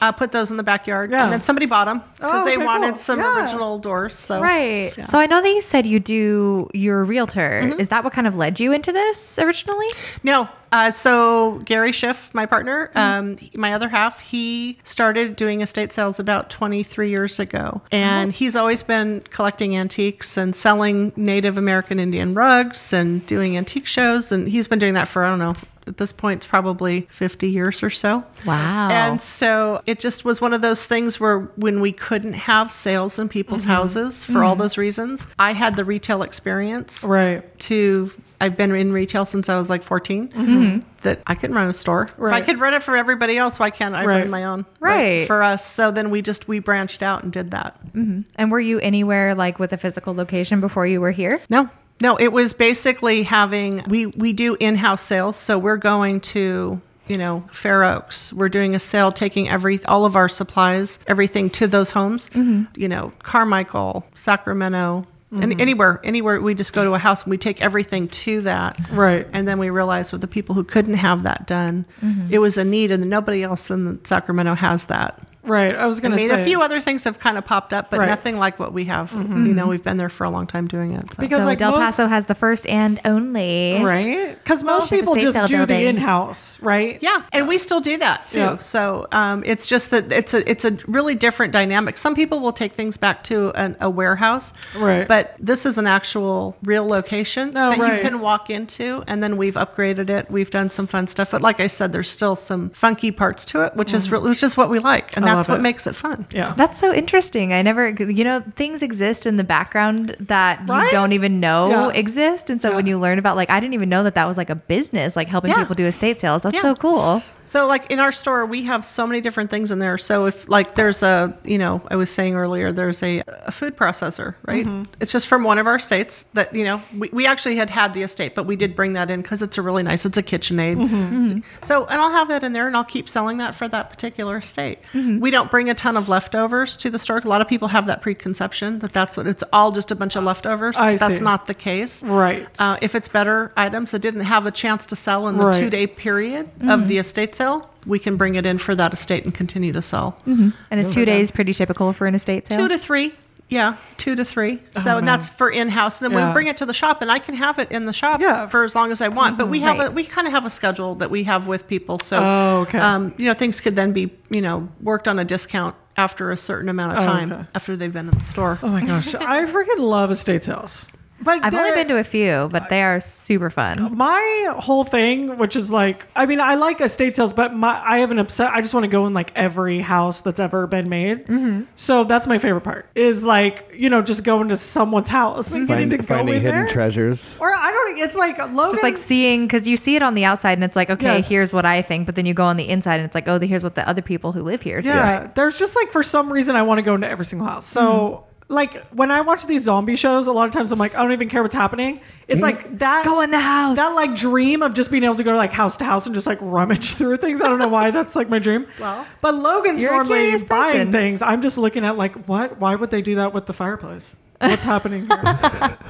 Speaker 4: uh, put those in the backyard,
Speaker 1: Mm-hmm. Yeah.
Speaker 4: and then somebody bought them because
Speaker 1: Oh,
Speaker 4: they
Speaker 1: okay,
Speaker 4: wanted
Speaker 1: cool.
Speaker 4: some
Speaker 1: Yeah.
Speaker 4: original doors. So
Speaker 2: Right. So I know that you said you do. You're a realtor. Is that what kind of led you into this originally?
Speaker 4: No. Uh, so Gary Schiff, my partner, um, he- my other half, he started doing estate sales about 23 years ago, and he's always been collecting antiques and selling Native American Indian rugs and doing antique shows, and he's been doing that for I don't know. At this point, it's probably 50 years or so.
Speaker 2: Wow.
Speaker 4: And so it just was one of those things where when we couldn't have sales in people's houses for all those reasons, I had the retail experience
Speaker 1: right.
Speaker 4: to I've been in retail since I was like 14 that I can run a store. If I
Speaker 1: Mm-hmm. Right.
Speaker 4: could run it for everybody else, why can't I
Speaker 1: Right.
Speaker 4: run my own? But
Speaker 2: Right.
Speaker 4: for us. So then we just we branched out and did that.
Speaker 2: And were you anywhere like with a physical location before you were here?
Speaker 4: No. No, it was basically having we we do in-house sales, so we're going to you know Fair Oaks. We're doing a sale, taking every all of our supplies, everything to those homes.
Speaker 1: Mm-hmm.
Speaker 4: You know Carmichael, Sacramento, and anywhere anywhere we just go to a house and we take everything to that.
Speaker 1: Right.
Speaker 4: And then we realized with the people who couldn't have that done,
Speaker 1: Mm-hmm.
Speaker 4: it was a need, and nobody else in Sacramento has that.
Speaker 1: Right. I was
Speaker 4: I
Speaker 1: going to
Speaker 4: mean,
Speaker 1: say
Speaker 4: a few other things have kind of popped up, but
Speaker 1: Right. Mm-hmm.
Speaker 4: nothing like what we have. You know, we've been there for a long time doing it. so.
Speaker 1: because
Speaker 2: So
Speaker 1: like
Speaker 2: Del
Speaker 1: most,
Speaker 2: Paso has the first and only.
Speaker 1: right? Because most
Speaker 2: Ship
Speaker 1: people
Speaker 2: Estate Sale
Speaker 1: just do
Speaker 2: building.
Speaker 1: the in-house, right?
Speaker 4: Yeah, and we still do that too.
Speaker 1: Yeah.
Speaker 4: So um, it's just that it's a it's a really different dynamic. Some people will take things back to an, a warehouse,
Speaker 1: Right.
Speaker 4: But this is an actual real location
Speaker 1: No,
Speaker 4: that
Speaker 1: right.
Speaker 4: you can walk into, and then we've upgraded it. We've done some fun stuff, but like I said, there's still some funky parts to it, which is re- which is what we like, and
Speaker 1: Mm. I
Speaker 4: that's
Speaker 1: love
Speaker 4: what
Speaker 1: it.
Speaker 4: makes it fun.
Speaker 1: Yeah.
Speaker 2: That's so interesting. I never, you know, things exist in the background that you
Speaker 1: Right?
Speaker 2: don't even know
Speaker 1: Yeah.
Speaker 2: exist. And so when you learn about, like, I didn't even know that that was like a business, like helping
Speaker 4: Yeah.
Speaker 2: people do estate sales. That's
Speaker 4: Yeah.
Speaker 2: so cool.
Speaker 4: So like in our store, we have so many different things in there. So if like there's a, you know, I was saying earlier, there's a, a food processor, right?
Speaker 1: Mm-hmm.
Speaker 4: It's just from one of our states that, you know, we, we actually had had the estate, but we did bring that in because it's a really nice, it's a KitchenAid.
Speaker 1: Mm-hmm.
Speaker 4: So, so- and I'll have that in there and I'll keep selling that for that particular estate.
Speaker 1: Mm-hmm.
Speaker 4: We don't bring a ton of leftovers to the store. A lot of people have that preconception that that's what it's all just a bunch of leftovers.
Speaker 1: I
Speaker 4: that's
Speaker 1: see.
Speaker 4: not the case.
Speaker 1: Right.
Speaker 4: Uh, if it's better items that didn't have a chance to sell in the
Speaker 1: Right.
Speaker 4: two day period of the estate sale, we can bring it in for that estate and continue to sell.
Speaker 1: Mm-hmm.
Speaker 2: And it's two days pretty typical for an estate sale?
Speaker 4: Two to three. Yeah, two to three. So and that's for in house. And then
Speaker 1: Oh, Yeah.
Speaker 4: we bring it to the shop, and I can have it in the shop
Speaker 1: Yeah. Mm-hmm.
Speaker 4: for as long as I want. But we have
Speaker 2: Right.
Speaker 4: a we kind of have a schedule that we have with people. So
Speaker 1: Oh, okay.
Speaker 4: um, you know things could then be you know worked on a discount after a certain amount of
Speaker 1: Oh,
Speaker 4: time
Speaker 1: okay.
Speaker 4: after they've been in the store.
Speaker 1: Oh my gosh, I freaking love estate sales. But
Speaker 2: I've only
Speaker 1: the-
Speaker 2: been to a few, but they are super fun.
Speaker 1: my whole thing, which is like, I mean, I like estate sales, but my I have an upset. I just want to go in like every house that's ever been made.
Speaker 3: Mm-hmm.
Speaker 1: So that's my favorite part. Is like you know just going to someone's house and getting
Speaker 3: Find-
Speaker 1: to go
Speaker 3: finding
Speaker 1: in
Speaker 3: hidden
Speaker 1: there.
Speaker 3: treasures.
Speaker 1: or I don't. It's like Logan.
Speaker 2: It's like seeing because you see it on the outside and it's like okay
Speaker 1: Yes.
Speaker 2: here's what i think but then you go on the inside and it's like oh the- here's what the other people who live here think.
Speaker 1: Yeah, there's just like for some reason I want to go into every single house. So
Speaker 3: Mm-hmm.
Speaker 1: like when I watch these zombie shows, a lot of times I'm like I don't even care what's happening.
Speaker 3: Mm-hmm.
Speaker 1: It's like that
Speaker 2: go in the house
Speaker 1: that like dream of just being able to go like house to house and just like rummage through things. I don't know why that's like my dream.
Speaker 4: Well,
Speaker 1: but Logan's
Speaker 2: you're a
Speaker 1: normally
Speaker 2: curious
Speaker 1: buying
Speaker 2: person.
Speaker 1: things. I'm just looking at like what? Why would they do that with the fireplace? What's happening here?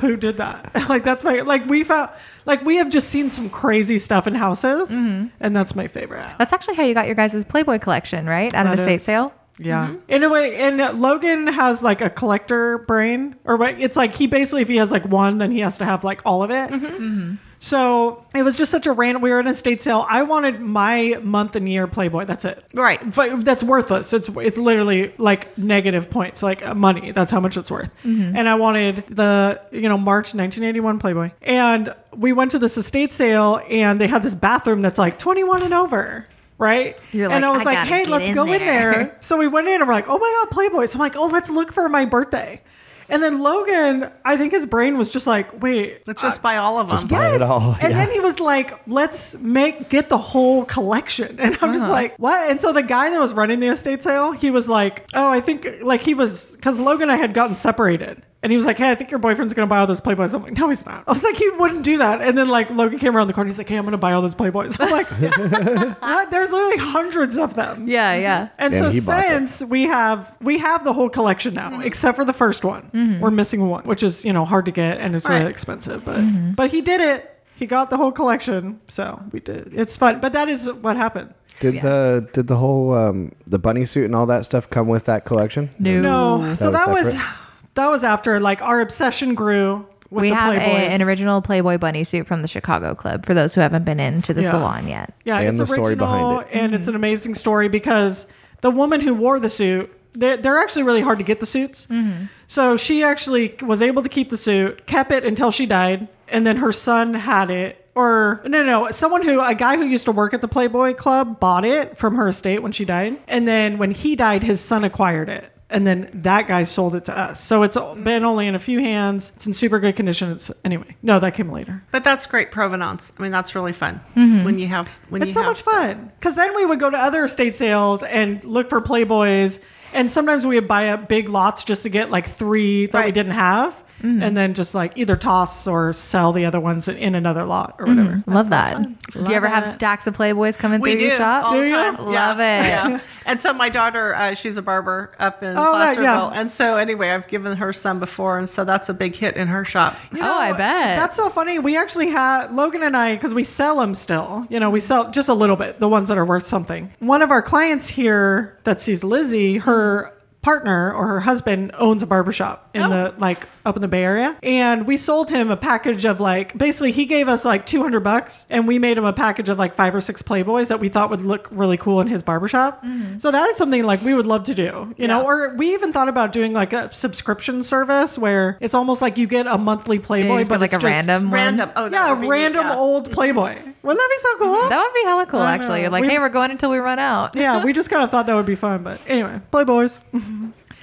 Speaker 1: Who did that? Like that's my like we found like we have just seen some crazy stuff in houses,
Speaker 2: Mm-hmm.
Speaker 1: and that's my favorite.
Speaker 2: that's actually how you got your guys' playboy collection right at an
Speaker 1: That
Speaker 2: estate
Speaker 1: is-
Speaker 2: sale
Speaker 1: Yeah. Anyway, and Logan has like a collector brain, or what? It's like he basically, if he has like one, then he has to have like all of it. So it was just such a random. We were at an estate sale. I wanted my month and year Playboy. That's it.
Speaker 4: Right.
Speaker 1: But that's worthless. It's it's literally like negative points, like uh, money. That's how much it's worth.
Speaker 2: Mm-hmm.
Speaker 1: And I wanted the you know March 1981 Playboy. And we went to this estate sale, and they had this bathroom that's like 21 and over. Right,
Speaker 2: You're
Speaker 1: and
Speaker 2: like,
Speaker 1: I was
Speaker 2: "I
Speaker 1: like,
Speaker 2: gotta
Speaker 1: "Hey,
Speaker 2: get
Speaker 1: let's
Speaker 2: in
Speaker 1: go in
Speaker 2: there."
Speaker 1: there." So we went in and we're like, oh my God, Playboy. So I'm like, oh, let's look for my birthday. And then Logan, I think his brain was just like, wait.
Speaker 4: Let's just buy all of them.
Speaker 3: buy it all,
Speaker 1: And
Speaker 3: yeah.
Speaker 1: then he was like, let's make get the whole collection. And I'm
Speaker 3: Uh-huh.
Speaker 1: just like, what? And so the guy that was running the estate sale, he was like, oh, I think like he was because Logan and I had gotten separated. And he was like, hey, I think your boyfriend's gonna buy all those Playboys. I'm like, no, he's not. I was like, he wouldn't do that. And then like Logan came around the corner, he's like, hey, I'm gonna buy all those Playboys. I'm like, what? There's literally hundreds of them.
Speaker 2: yeah yeah
Speaker 1: And,
Speaker 3: And
Speaker 1: so
Speaker 3: he bought them.
Speaker 1: since we have we have the whole collection now,
Speaker 2: Mm-hmm.
Speaker 1: except for the first one. We're missing one, which is you know hard to get and it's
Speaker 4: Right.
Speaker 1: really expensive. But
Speaker 2: Mm-hmm.
Speaker 1: but he did it. He got the whole collection, so we did. It's fun, but that is what happened.
Speaker 3: Did
Speaker 2: Yeah.
Speaker 3: the did the whole um, the bunny suit and all that stuff come with that collection?
Speaker 2: no,
Speaker 1: No, so
Speaker 3: That
Speaker 1: that
Speaker 3: was
Speaker 1: was
Speaker 3: separate.
Speaker 1: that was after like our obsession grew with
Speaker 2: we
Speaker 1: the
Speaker 2: have a-
Speaker 1: Playboys.
Speaker 2: an original playboy bunny suit from the chicago club for those who haven't been into the
Speaker 1: Yeah.
Speaker 2: salon yet
Speaker 1: Yeah,
Speaker 3: And
Speaker 1: it's
Speaker 3: the
Speaker 1: original,
Speaker 3: story behind it.
Speaker 1: and it's an amazing story because the woman who wore the suit, they're, they're actually really hard to get the suits. So she actually was able to keep the suit, kept it until she died, and then her son had it. Or no, no, no, someone who a guy who used to work at the Playboy Club bought it from her estate when she died, and then when he died, his son acquired it. and then that guy sold it to us. So it's been only in a few hands. It's in super good condition. It's anyway. No, that came later.
Speaker 4: But that's great provenance. I mean, that's really fun when you have when
Speaker 1: Mm-hmm. It's
Speaker 4: you
Speaker 1: so
Speaker 4: have
Speaker 1: much fun because then we would go to other estate sales and look for Playboys, and sometimes we would buy up big lots just to get like three that we
Speaker 4: Right.
Speaker 1: didn't have, and then just like either toss or sell the other ones in another lot or whatever.
Speaker 2: Love that. Do
Speaker 1: Love
Speaker 2: you ever have
Speaker 1: it.
Speaker 2: stacks of Playboys coming
Speaker 4: We
Speaker 2: through
Speaker 4: do
Speaker 2: your shop?
Speaker 4: all
Speaker 1: Do
Speaker 4: the
Speaker 1: you?
Speaker 4: time.
Speaker 2: Love
Speaker 4: Yeah,
Speaker 2: it.
Speaker 4: yeah. And so my daughter, uh, she's a barber up in
Speaker 1: Oh, that-
Speaker 4: Placerville,
Speaker 1: yeah.
Speaker 4: and so anyway, I've given her some before, and so that's a big hit in her shop.
Speaker 1: You
Speaker 2: Oh, I bet.
Speaker 1: That's so funny. We actually had Logan and I, because we sell them still, you know, we sell just a little bit, the ones that are worth something. One of our clients here that sees Lizzie, her partner or her husband owns a barbershop in
Speaker 4: Oh.
Speaker 1: the like up in the bay area and we sold him a package of like basically he gave us like 200 bucks and we made him a package of like five or six playboys that we thought would look really cool in his barbershop so that is something like we would love to do you know
Speaker 4: Mm-hmm. Yeah.
Speaker 1: or we even thought about doing like a subscription service where it's almost like you get a monthly playboy
Speaker 2: You just
Speaker 1: but
Speaker 2: get, like,
Speaker 1: it's
Speaker 2: a
Speaker 1: just-
Speaker 2: random-
Speaker 4: Random, oh that
Speaker 1: yeah,
Speaker 4: would be
Speaker 1: a
Speaker 4: neat,
Speaker 1: random
Speaker 4: yeah.
Speaker 1: old Playboy. Wouldn't that be so cool?
Speaker 2: That would be hella cool,
Speaker 1: I
Speaker 2: actually.
Speaker 1: know.
Speaker 2: Like,
Speaker 1: We've-
Speaker 2: hey, we're going until we run out.
Speaker 1: yeah, we just kind of thought that would be fun, but anyway, Playboys.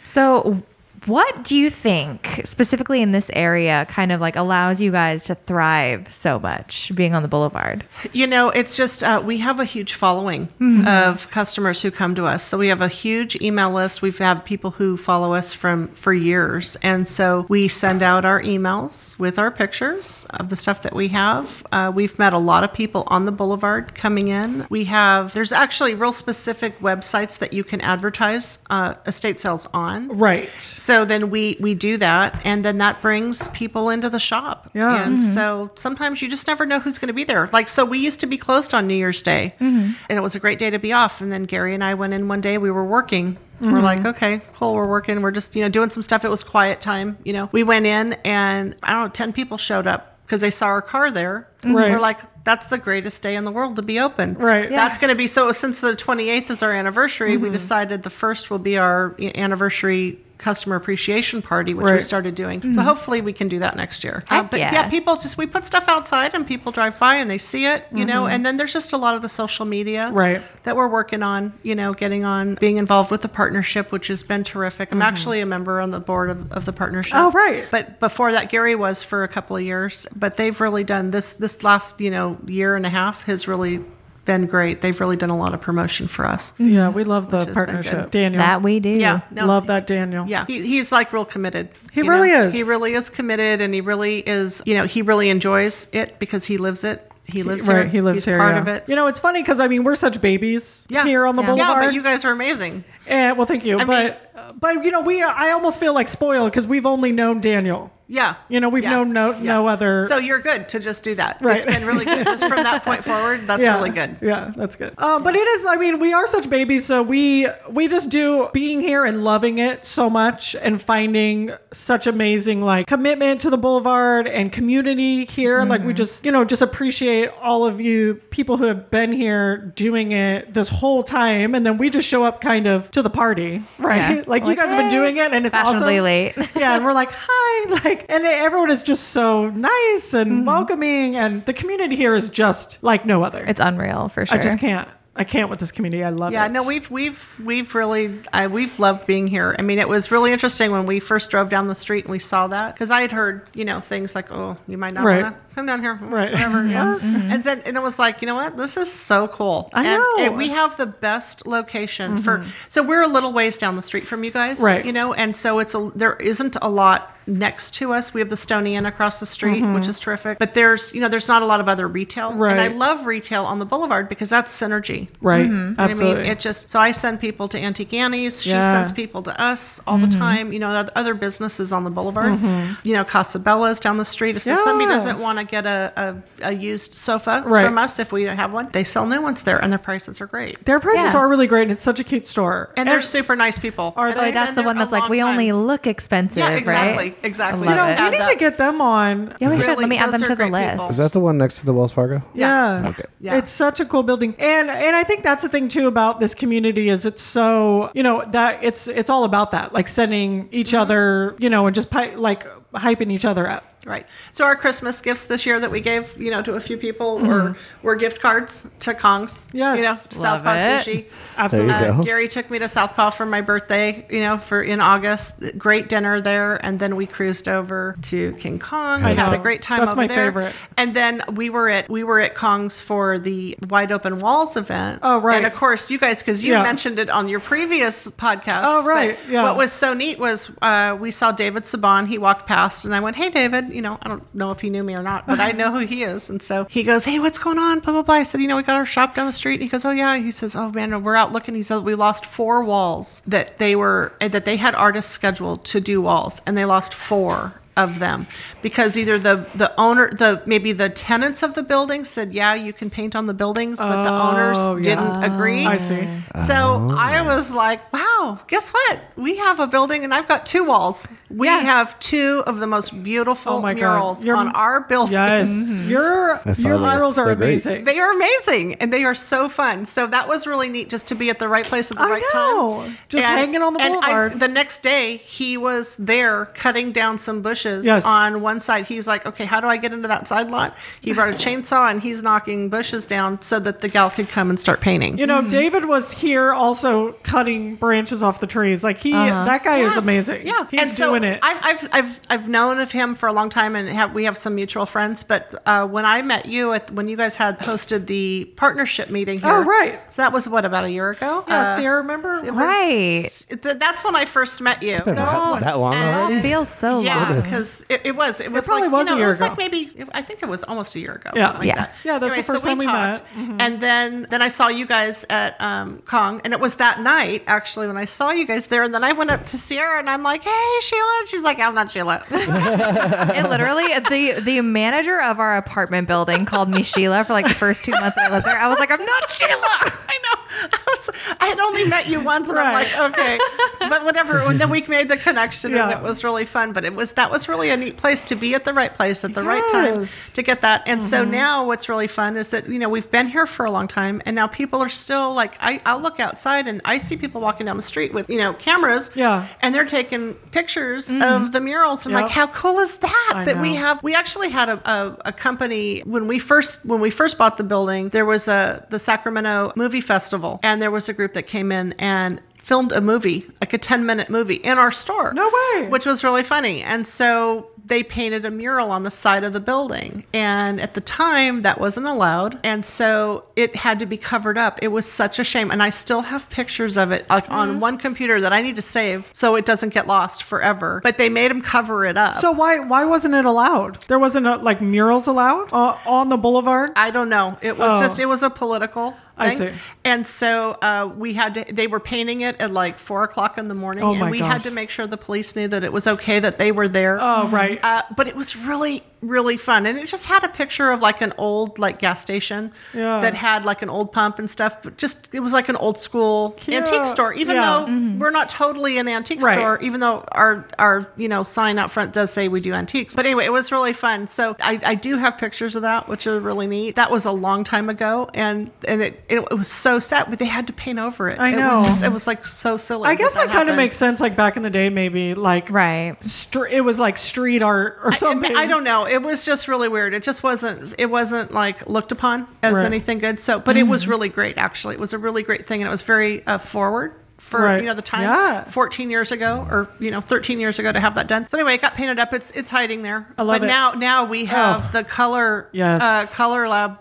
Speaker 2: So, what do you think specifically in this area kind of like allows you guys to thrive so much being on the boulevard?
Speaker 4: You know, it's just uh, we have a huge following of customers who come to us. So we have a huge email list. We've had people who follow us from for years, and so we send out our emails with our pictures of the stuff that we have. Uh, we've met a lot of people on the boulevard coming in. We have there's actually real specific websites that you can advertise uh, estate sales on.
Speaker 1: Right.
Speaker 4: So then we we do that, and then that brings people into the shop.
Speaker 1: Yeah. Mm-hmm.
Speaker 4: And so sometimes you just never know who's going to be there. Like so, we used to be closed on New Year's Day,
Speaker 1: Mm-hmm.
Speaker 4: and it was a great day to be off. And then Gary and I went in one day. We were working.
Speaker 1: Mm-hmm.
Speaker 4: We're like, okay, cool. We're working. We're just you know doing some stuff. It was quiet time. You know, we went in, and I don't know, ten people showed up because they saw our car there.
Speaker 1: Right.
Speaker 4: We're like. That's the greatest day in the world to be open.
Speaker 1: Right. Yeah.
Speaker 4: That's going to be so since the 28th is our anniversary we decided the first will be our anniversary customer appreciation party which we
Speaker 1: Right.
Speaker 4: started doing so hopefully we can do that next year Uh,
Speaker 2: Heck
Speaker 4: but
Speaker 2: yeah.
Speaker 4: yeah. people just we put stuff outside and people drive by and they see it you know and then there's just a lot of the social media
Speaker 1: Right.
Speaker 4: that we're working on you know getting on being involved with the partnership which has been terrific i'm actually a member on the board of, of the partnership
Speaker 1: Oh, right.
Speaker 4: but before that gary was for a couple of years but they've really done this this last you know year and a half has really been great they've really done a lot of promotion for us
Speaker 1: Yeah, we love the
Speaker 4: been
Speaker 1: partnership.
Speaker 4: good.
Speaker 1: Daniel.
Speaker 2: That we do.
Speaker 4: Yeah. No,
Speaker 1: love that Daniel.
Speaker 4: yeah he, he's like real committed
Speaker 1: He
Speaker 4: you
Speaker 1: really
Speaker 4: know?
Speaker 1: is.
Speaker 4: he really is committed and he really is you know he really enjoys it because he lives it he lives
Speaker 1: right,
Speaker 4: here
Speaker 1: he lives
Speaker 4: he's
Speaker 1: here.
Speaker 4: part
Speaker 1: yeah.
Speaker 4: of it
Speaker 1: You know, it's funny because I mean we're such babies here on the
Speaker 2: Yeah.
Speaker 1: boulevard.
Speaker 4: yeah but you guys are amazing
Speaker 1: and, well, thank you,
Speaker 4: I
Speaker 1: but but you know we I almost feel like spoiled because we've only known Daniel.
Speaker 4: Yeah.
Speaker 1: You know, we've
Speaker 4: Yeah.
Speaker 1: known no- no other-
Speaker 4: So you're good to just do that.
Speaker 1: Right.
Speaker 4: It's been really good. Just from that point forward, that's really good.
Speaker 1: Yeah, that's good. Um, but it is. I mean, we are such babies, so we we just do being here and loving it so much, and finding such amazing like commitment to the boulevard and community here. Like
Speaker 2: Mm-hmm.
Speaker 1: we just you know just appreciate all of you people who have been here doing it this whole time, and then we just show up kind of to the party, right?
Speaker 2: Yeah.
Speaker 1: Like, you
Speaker 2: Like,
Speaker 1: guys have been
Speaker 2: hey.
Speaker 1: doing it, and it's
Speaker 2: Fashionably
Speaker 1: awesome.
Speaker 2: late.
Speaker 1: yeah, and we're like, hi, like, and everyone is just so nice and
Speaker 2: Mm-hmm.
Speaker 1: welcoming, and the community here is just like no other.
Speaker 2: It's unreal for sure.
Speaker 1: I just can't. I can't with this community. I love it.
Speaker 4: Yeah, no, we've we've we've really I, we've loved being here. I mean, it was really interesting when we first drove down the street and we saw that because I had heard you know things like oh you might not
Speaker 1: Right.
Speaker 4: want to come down here
Speaker 1: Right.
Speaker 4: whatever yeah. and then and it was like you know what this is so cool
Speaker 1: I
Speaker 4: And-
Speaker 1: know. Mm-hmm.
Speaker 4: and we have the best location for so we're a little ways down the street from you guys
Speaker 1: Right.
Speaker 4: you know and so it's a there isn't a lot next to us we have the Stony Inn across the street
Speaker 1: Mm-hmm.
Speaker 4: which is terrific but there's you know there's not a lot of other retail and I
Speaker 1: Right.
Speaker 4: love retail on the boulevard because that's synergy
Speaker 1: right.
Speaker 4: you know what
Speaker 1: Absolutely.
Speaker 4: Mm-hmm. I mean, it just so I send people to Auntie Ganny's. She
Speaker 1: Yeah.
Speaker 4: sends people to us all the time. You know, and other businesses on the boulevard. You know, Casabella's down the street. If somebody
Speaker 1: Yeah.
Speaker 4: doesn't want to get a, a, a used sofa
Speaker 1: Right.
Speaker 4: from us, if we don't have one, they sell new ones there, and their prices are great.
Speaker 1: Their prices
Speaker 2: Yeah.
Speaker 1: are really great, and it's such a cute store.
Speaker 4: and they're super nice people.
Speaker 1: Are
Speaker 4: And
Speaker 1: they?
Speaker 2: Oh,
Speaker 1: Wait,
Speaker 4: they've
Speaker 2: that's
Speaker 4: been
Speaker 2: the
Speaker 4: there
Speaker 2: one
Speaker 4: a
Speaker 2: that's like
Speaker 4: long
Speaker 2: we
Speaker 4: time.
Speaker 2: only look expensive,
Speaker 4: Yeah,
Speaker 2: right?
Speaker 4: exactly, exactly.
Speaker 2: I
Speaker 1: You know,
Speaker 2: love
Speaker 1: we
Speaker 4: it.
Speaker 1: need to get them on.
Speaker 2: Yeah, we
Speaker 4: Really,
Speaker 2: should. Let me add
Speaker 4: those
Speaker 2: them
Speaker 4: are
Speaker 2: to the
Speaker 4: great
Speaker 2: list.
Speaker 4: people.
Speaker 3: Is that the one next to the Wells Fargo?
Speaker 1: Yeah.
Speaker 4: Yeah.
Speaker 3: Okay.
Speaker 4: Yeah.
Speaker 1: It's such a cool building. And and I think that's the thing too about this community is it's so, you know, that
Speaker 4: Mm-hmm.
Speaker 1: it's it's all about that, like sending each other, you know, and just pi- like hyping each other up.
Speaker 4: Right. So our Christmas gifts this year that we gave, you know, to a few people were were gift cards to Kong's.
Speaker 1: Yes.
Speaker 4: You know,
Speaker 1: Love
Speaker 4: Southpaw
Speaker 2: it.
Speaker 4: sushi.
Speaker 1: Absolutely.
Speaker 3: There you
Speaker 4: Uh,
Speaker 3: go.
Speaker 4: Gary took me to Southpaw for my birthday, you know, for in August. Great dinner there, and then we cruised over to King Kong.
Speaker 1: I
Speaker 4: We had
Speaker 1: know.
Speaker 4: a great time
Speaker 1: That's
Speaker 4: over
Speaker 1: my
Speaker 4: there.
Speaker 1: favorite.
Speaker 4: And then we were at we were at Kong's for the Wide Open Walls event.
Speaker 1: Oh, right.
Speaker 4: And of course, you guys, because you
Speaker 1: Yeah.
Speaker 4: mentioned it on your previous podcast.
Speaker 1: Oh, right.
Speaker 4: But
Speaker 1: Yeah.
Speaker 4: What was so neat was uh, we saw David Saban. He walked past, and I went, "Hey, David." You know, I don't know if he knew me or not, but I know who he is. And so he goes, "Hey, what's going on?" Blah blah blah. I said, "You know, we got our shop down the street." And he goes, "Oh yeah." He says, "Oh man, we're out looking." He says, "We lost four walls that they were that they had artists scheduled to do walls, and they lost four of them because either the the owner the maybe the tenants of the building said yeah you can paint on the buildings but the owners
Speaker 1: Oh, yeah.
Speaker 4: didn't agree
Speaker 1: I see.
Speaker 4: so I was like, wow, guess what? We have a building and I've got two walls. We
Speaker 1: Yeah.
Speaker 4: have two of the most beautiful
Speaker 1: Oh my God.
Speaker 4: murals
Speaker 1: Your-
Speaker 4: on our building. Mm-hmm.
Speaker 1: Yes. Your
Speaker 3: I saw
Speaker 1: your
Speaker 3: those.
Speaker 1: murals are
Speaker 3: They're great.
Speaker 1: amazing.
Speaker 4: They are amazing and they are so fun. So that was really neat just to be at the right place at the
Speaker 1: I
Speaker 4: right
Speaker 1: know.
Speaker 4: time.
Speaker 1: Just hanging on the
Speaker 4: and I-
Speaker 1: boulevard.
Speaker 4: the next day, he was there cutting down some bushes
Speaker 1: Yes.
Speaker 4: on one side. He's like, okay, how do I get into that side lot? He brought a chainsaw and he's knocking bushes down so that the gal could come and start painting.
Speaker 1: You know, David was here also cutting branches off the trees. Like he, that guy is
Speaker 4: Uh-huh. Yeah.
Speaker 1: amazing.
Speaker 4: Yeah,
Speaker 1: he's
Speaker 4: and so
Speaker 1: doing it.
Speaker 4: I've, I've I've I've known of him for a long time, and have, we have some mutual friends. But uh, when I met you at when you guys had hosted the partnership meeting, here,
Speaker 1: Oh, right.
Speaker 4: So that was what about a year ago?
Speaker 1: yeah,
Speaker 4: Uh,
Speaker 1: see, I remember.
Speaker 4: it was-
Speaker 2: Right.
Speaker 4: th- that's when I first met you.
Speaker 3: Been
Speaker 1: No.
Speaker 3: that long
Speaker 4: And-
Speaker 2: That
Speaker 3: already?
Speaker 2: feels so
Speaker 4: Yeah,
Speaker 2: long.
Speaker 4: because it, it was. It was
Speaker 1: probably
Speaker 4: like,
Speaker 1: was
Speaker 4: you
Speaker 1: a
Speaker 4: know,
Speaker 1: year
Speaker 4: it was
Speaker 1: ago.
Speaker 4: like maybe I think it was almost a year ago.
Speaker 1: Yeah.
Speaker 4: something like
Speaker 2: Yeah.
Speaker 4: that.
Speaker 1: Yeah, that's the first time we met. Mm-hmm.
Speaker 4: And then then I saw you guys at um, Kong, and it was that night actually when I saw you guys there. And then I went up to Sierra, and I'm like, "Hey, Sheila," and she's like, "I'm not Sheila."
Speaker 2: It literally the the manager of our apartment building called me Sheila for like the first two months I lived there. I was like, I'm not Sheila.
Speaker 4: I know. I, was, I had only met you once, and
Speaker 1: Right.
Speaker 4: I'm like, okay, but whatever. And then we made the connection, and
Speaker 1: Yeah.
Speaker 4: it was really fun. But it was that was really a neat place to be at the right place at the right time
Speaker 1: Yes. Mm-hmm.
Speaker 4: to get that. And so now, what's really fun is that you know we've been here for a long time, and now people are still like, I, I'll look outside and I see people walking down the street with you know cameras,
Speaker 1: Yeah. Mm-hmm.
Speaker 4: and they're taking pictures of the murals. And I'm like,
Speaker 1: Yep.
Speaker 4: how cool is that?
Speaker 1: I
Speaker 4: that we
Speaker 1: know.
Speaker 4: have have- we actually had a, a, a company when we first when we first bought the building there was a the sacramento movie festival and there was a group that came in and filmed a movie like a 10 minute movie in our store
Speaker 1: No way.
Speaker 4: which was really funny and so they painted a mural on the side of the building and at the time that wasn't allowed and so it had to be covered up it was such a shame and i still have pictures of it like
Speaker 1: Mm-hmm.
Speaker 4: on one computer that i need to save so it doesn't get lost forever but they made them cover it up
Speaker 1: so why why wasn't it allowed? There wasn't uh like murals allowed uh, on the boulevard.
Speaker 4: I don't know. It was
Speaker 1: Oh.
Speaker 4: just it was a political thing.
Speaker 1: I see.
Speaker 4: And so uh, we had to. They were painting it at like four o'clock in the morning,
Speaker 1: Oh my
Speaker 4: and we
Speaker 1: gosh.
Speaker 4: had to make sure the police knew that it was okay that they were there.
Speaker 1: oh right.
Speaker 4: Uh, but it was really really fun and it just had a picture of like an old like gas station
Speaker 1: Yeah.
Speaker 4: that had like an old pump and stuff but just it was like an old school
Speaker 1: Cute.
Speaker 4: antique store even
Speaker 1: Yeah. Mm-hmm.
Speaker 4: though we're not totally an antique
Speaker 1: Right.
Speaker 4: store even though our our you know sign out front does say we do antiques but anyway it was really fun so i, I do have pictures of that which are really neat that was a long time ago and and it, it, was so sad but they had to paint over it
Speaker 1: I
Speaker 4: it
Speaker 1: know.
Speaker 4: was just it was like so silly
Speaker 1: I guess that, kind of
Speaker 4: happened.
Speaker 1: makes sense. Like back in the day, maybe like
Speaker 2: Right.
Speaker 1: Str- it was like street art or
Speaker 4: I- I mean,
Speaker 1: something.
Speaker 4: I, don't know. It was just really weird. It just wasn't. It wasn't like looked upon as
Speaker 1: Right. Mm-hmm.
Speaker 4: anything good. So, but it was really great. Actually, it was a really great thing, and it was very uh, forward for
Speaker 1: Right.
Speaker 4: you know the time.
Speaker 1: Yeah.
Speaker 4: Fourteen years ago, or you know, thirteen years ago, to have that done. So anyway, it got painted up. It's it's hiding there.
Speaker 1: I love
Speaker 4: but
Speaker 1: it. Oh.
Speaker 4: now now we have the color.
Speaker 1: Yes. Mm-hmm.
Speaker 4: Uh, color lab.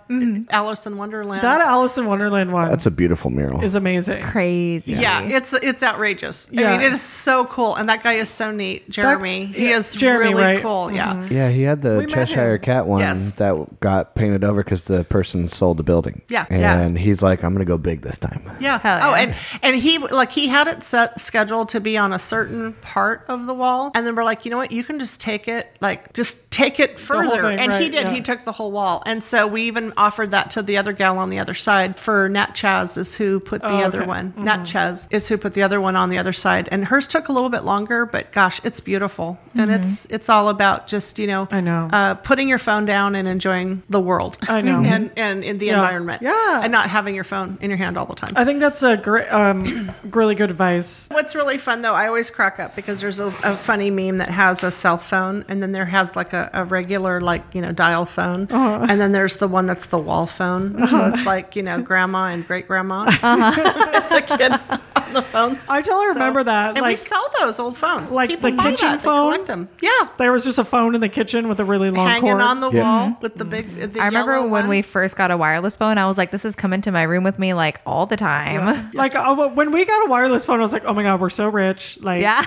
Speaker 4: Alice in Wonderland.
Speaker 1: That Alice in Wonderland one
Speaker 3: That's a beautiful mural.
Speaker 1: is amazing.
Speaker 2: Crazy.
Speaker 4: yeah, it's it's outrageous.
Speaker 1: Yeah.
Speaker 4: I mean, it is so cool, and that guy is so neat, Jeremy. he
Speaker 1: yeah,
Speaker 4: is
Speaker 1: Jeremy,
Speaker 4: really
Speaker 1: right. Mm-hmm.
Speaker 4: cool. Yeah,
Speaker 3: Yeah, he had the
Speaker 1: met
Speaker 3: Cheshire
Speaker 1: him.
Speaker 3: Cat one
Speaker 4: Yes.
Speaker 3: that got painted over because the person sold the building.
Speaker 4: Yeah, yeah.
Speaker 3: and he's like, "I'm gonna go big this time."
Speaker 4: Yeah.
Speaker 2: Hell
Speaker 4: Oh,
Speaker 2: yeah.
Speaker 4: and and he like he had it set scheduled to be on a certain part of the wall, and then we're like, you know what? You can just take it, like just take it
Speaker 1: whole
Speaker 4: further,
Speaker 1: thing,
Speaker 4: and he
Speaker 1: right,
Speaker 4: did.
Speaker 1: yeah.
Speaker 4: He took the whole wall, and so we even offered that to the other gal on the other side. For Nat Chaz is who put the
Speaker 1: Oh,
Speaker 4: other
Speaker 1: okay.
Speaker 4: one. Nat Chaz is who put the other one on the other side, and hers took a little bit longer, but gosh, it's beautiful, and it's it's all about just you know,
Speaker 1: Mm-hmm. I know.
Speaker 4: uh, putting your phone down and enjoying the world.
Speaker 1: I know.
Speaker 4: and and in the environment,
Speaker 1: Yeah.
Speaker 4: and not having your phone in your hand all the time.
Speaker 1: I think that's a great, um, gr- really good advice.
Speaker 4: What's really fun though, I always crack up because there's a, a funny meme that has a cell phone, and then there has like a, a regular like you know dial phone,
Speaker 1: Uh-huh.
Speaker 4: and then there's the one that's the wall phone. So it's like you know grandma and great grandma, the kid on the phones.
Speaker 1: Uh-huh. I totally
Speaker 4: So-
Speaker 1: remember that.
Speaker 4: and
Speaker 1: like,
Speaker 4: we sell those old phones.
Speaker 1: like
Speaker 4: People
Speaker 1: the
Speaker 4: buy
Speaker 1: kitchen
Speaker 4: that.
Speaker 1: phone?
Speaker 4: They collect them. Yeah,
Speaker 1: there was just a phone in the kitchen with a really long
Speaker 4: hanging
Speaker 1: cord.
Speaker 4: on the
Speaker 3: Yeah.
Speaker 4: wall with the big. The
Speaker 2: I remember
Speaker 4: yellow
Speaker 2: when
Speaker 4: one.
Speaker 2: we first got a wireless phone, I was like, this is coming to my room with me like all the time.
Speaker 1: like oh, when we got a wireless phone, I was like, "Oh my god, we're so rich! Like,
Speaker 2: Yeah.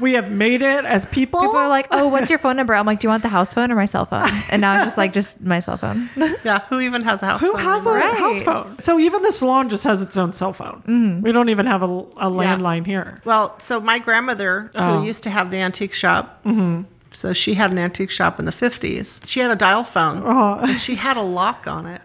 Speaker 1: we have made it as people."
Speaker 2: People are like, oh, what's your phone number? I'm like, do you want the house phone or my cell phone? And now I'm just like, just my cell phone.
Speaker 4: Yeah, who even has a house?
Speaker 1: Who
Speaker 4: phone
Speaker 1: has a
Speaker 4: anymore?
Speaker 2: "Oh, Right.
Speaker 1: house phone? So even the salon just has its own cell phone.
Speaker 2: Mm-hmm.
Speaker 1: We don't even have a, a landline here.
Speaker 4: Well, so my grandmother, who used to have the antique shop, so she had an antique shop in the 50s. She had a dial phone, and she had a lock on it.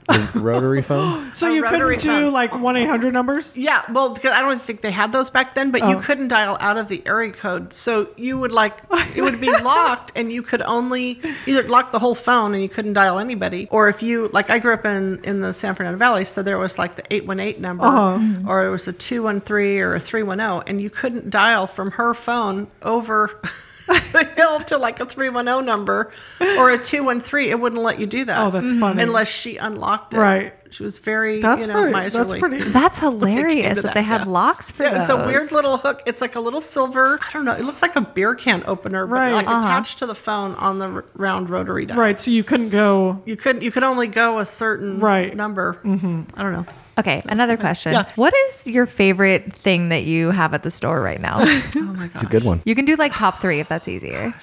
Speaker 3: Rotary phone.
Speaker 1: So
Speaker 4: A
Speaker 1: you
Speaker 4: rotary
Speaker 1: couldn't do
Speaker 4: phone.
Speaker 1: like one eight hundred numbers.
Speaker 4: Yeah, well, because I don't think they had those back then, but
Speaker 1: Oh.
Speaker 4: you couldn't dial out of the area code. So you would like, it would be locked, and you could only either lock the whole phone and you couldn't dial anybody. Or if you, like, I grew up in, in the San Fernando Valley, so there was like the 818 number,
Speaker 1: Uh-huh.
Speaker 4: or it was a 213 or a 310, and you couldn't dial from her phone over. the hill to like a 310 number or a 213 it wouldn't let you do that Mm-hmm.
Speaker 1: Oh, that's funny.
Speaker 4: unless she unlocked it
Speaker 1: Right.
Speaker 4: she was very
Speaker 1: That's
Speaker 4: you know
Speaker 1: pretty.
Speaker 4: miserly
Speaker 1: That's pretty.
Speaker 2: That's hilarious
Speaker 4: to
Speaker 2: that,
Speaker 4: that,
Speaker 2: they had
Speaker 4: yeah.
Speaker 2: locks for
Speaker 4: Yeah,
Speaker 2: those.
Speaker 4: it's a weird little hook. It's like a little silver. I don't know. It looks like a beer can opener, but
Speaker 1: Right.
Speaker 4: like
Speaker 1: Uh-huh.
Speaker 4: attached to the phone on the r- round rotary dial.
Speaker 1: Right. So you couldn't go.
Speaker 4: You could you could only go a certain
Speaker 1: Right.
Speaker 4: number. Mm-hmm. I don't know.
Speaker 2: Okay, another question.
Speaker 4: Yeah.
Speaker 2: What is your favorite thing that you have at the store right now?
Speaker 4: Oh my god.
Speaker 3: It's a good one.
Speaker 2: you can do like top three if that's easier.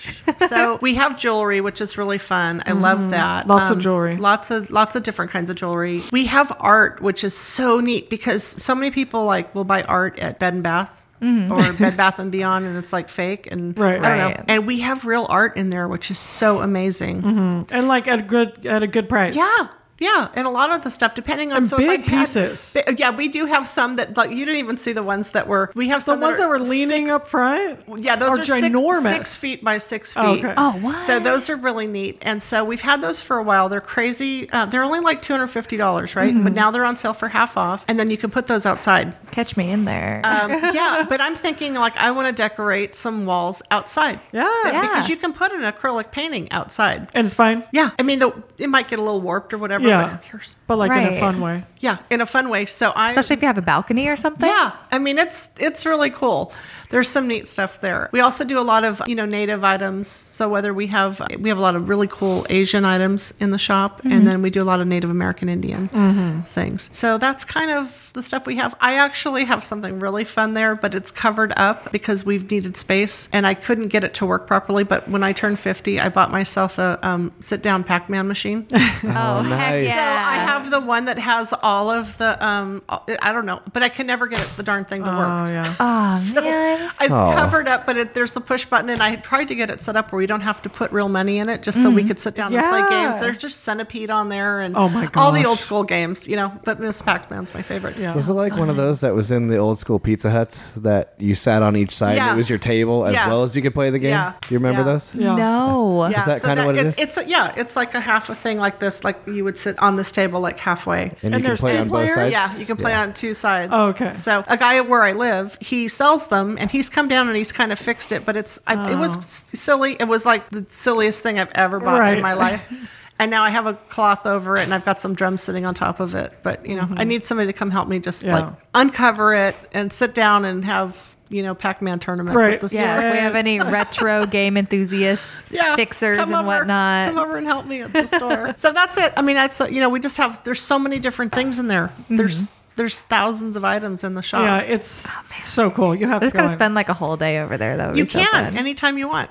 Speaker 4: so we have jewelry, which is really fun. I love that.
Speaker 1: Mm-hmm.
Speaker 4: Um,
Speaker 1: Lots of jewelry.
Speaker 4: Lots of lots of different kinds of jewelry. We have art, which is so neat because so many people like will buy art at Bed and Bath. or Bed Bath and Beyond, and it's like fake, and
Speaker 1: Mm-hmm. Right.
Speaker 4: I don't know.
Speaker 2: Right.
Speaker 4: And we have real art in there, which is so amazing.
Speaker 1: And like at a good at a good price.
Speaker 4: Yeah. Yeah, and a lot of the stuff, depending on
Speaker 1: And
Speaker 4: so
Speaker 1: big
Speaker 4: if I've had-
Speaker 1: pieces.
Speaker 4: bi- yeah, we do have some that like you didn't even see the ones that were. We have
Speaker 1: The
Speaker 4: some
Speaker 1: ones that were
Speaker 4: six-
Speaker 1: leaning up front.
Speaker 4: yeah, those are, six-
Speaker 1: ginormous.
Speaker 4: Six, feet by six feet.
Speaker 1: Oh, okay.
Speaker 2: Oh, what?
Speaker 4: So those are really neat, and so we've had those for a while. They're crazy. Uh, they're only like two hundred fifty dollars, right?
Speaker 1: Mm-hmm.
Speaker 4: But now they're on sale for half off, and then you can put those outside.
Speaker 2: Catch me in there.
Speaker 4: Um, yeah, but I'm thinking like I want to decorate some walls outside.
Speaker 1: Yeah.
Speaker 4: That-
Speaker 2: Yeah.
Speaker 4: because you can put an acrylic painting outside.
Speaker 1: And it's fine.
Speaker 4: Yeah, I mean the, it might get a little warped or whatever,
Speaker 1: Yeah.
Speaker 4: but who cares?
Speaker 1: But like in a
Speaker 2: Right.
Speaker 1: fun way.
Speaker 4: Yeah, in a fun way. So I
Speaker 2: Especially if you have a balcony or something.
Speaker 4: yeah, I mean it's it's really cool. There's some neat stuff there. We also do a lot of you know native items. So whether we have we have a lot of really cool Asian items in the shop, and then we do a lot of Native American Indian things. So that's kind of the stuff we have. I actually have something really fun there, but it's covered up because we've needed space, and I couldn't get it to work properly. But when I turned 50, I bought myself a um, sit down Pac Man machine.
Speaker 2: Oh, heck
Speaker 3: nice.
Speaker 2: yeah.
Speaker 3: So
Speaker 4: I
Speaker 1: Um,
Speaker 4: have the one that has all of the um I don't know, but I can never get the darn thing to work.
Speaker 1: Oh yeah.
Speaker 2: Oh,
Speaker 4: So
Speaker 2: man.
Speaker 4: it's
Speaker 3: Aw.
Speaker 4: covered up, but it, there's a push button, and I tried to get it set up where you don't have to put real money in it, just so we could sit down and
Speaker 1: Mm-hmm. Yeah.
Speaker 4: play games. There's just Centipede on there, and
Speaker 1: Oh my
Speaker 4: all the
Speaker 1: gosh.
Speaker 4: old school games, you know. But Miss Pac-Man's my favorite.
Speaker 1: Yeah.
Speaker 3: Was it like one of those that was in the old school Pizza Huts that you sat on each side
Speaker 4: Yeah.
Speaker 3: and it was your table as
Speaker 4: Yeah.
Speaker 3: well as you could play the game?
Speaker 4: Yeah.
Speaker 3: Do you remember
Speaker 4: Yeah.
Speaker 3: those?
Speaker 1: Yeah.
Speaker 2: No.
Speaker 4: Yeah,
Speaker 3: that kinda what it
Speaker 4: it's,
Speaker 3: is?
Speaker 4: It's a, yeah, it's like a half a thing like this, like you would sit on this table like halfway.
Speaker 1: And
Speaker 3: And, you can
Speaker 1: there's
Speaker 3: play
Speaker 1: two
Speaker 3: on both
Speaker 1: players?
Speaker 3: sides?
Speaker 4: Yeah, you can play on two sides.
Speaker 1: Oh, okay.
Speaker 4: So a guy where I live, he sells them, and he's come down and he's kind of fixed it, but it's I, it was
Speaker 1: Oh.
Speaker 4: s- silly. It was like the silliest thing I've ever bought in
Speaker 1: Right.
Speaker 4: my life. And now I have a cloth over it, and I've got some drums sitting on top of it. But you know, I need somebody to come help me just
Speaker 1: Mm-hmm. Yeah.
Speaker 4: like uncover it and sit down and have you know Pac-Man tournaments
Speaker 1: Right.
Speaker 4: at the store.
Speaker 2: Yeah, if we have
Speaker 1: Yes.
Speaker 2: any retro game enthusiasts,
Speaker 4: Yeah,
Speaker 2: fixers,
Speaker 4: come
Speaker 2: and
Speaker 4: over-
Speaker 2: whatnot.
Speaker 4: Come over and help me at the store. so that's it. I mean, that's you know, we just have there's so many different things in there. There's there's thousands of items in the shop.
Speaker 1: Yeah, it's
Speaker 2: Oh,
Speaker 1: so cool. You have to
Speaker 2: I just gotta
Speaker 1: go in.
Speaker 2: spend like a whole day over there. That would
Speaker 4: You
Speaker 2: be so fun.
Speaker 4: can anytime you want.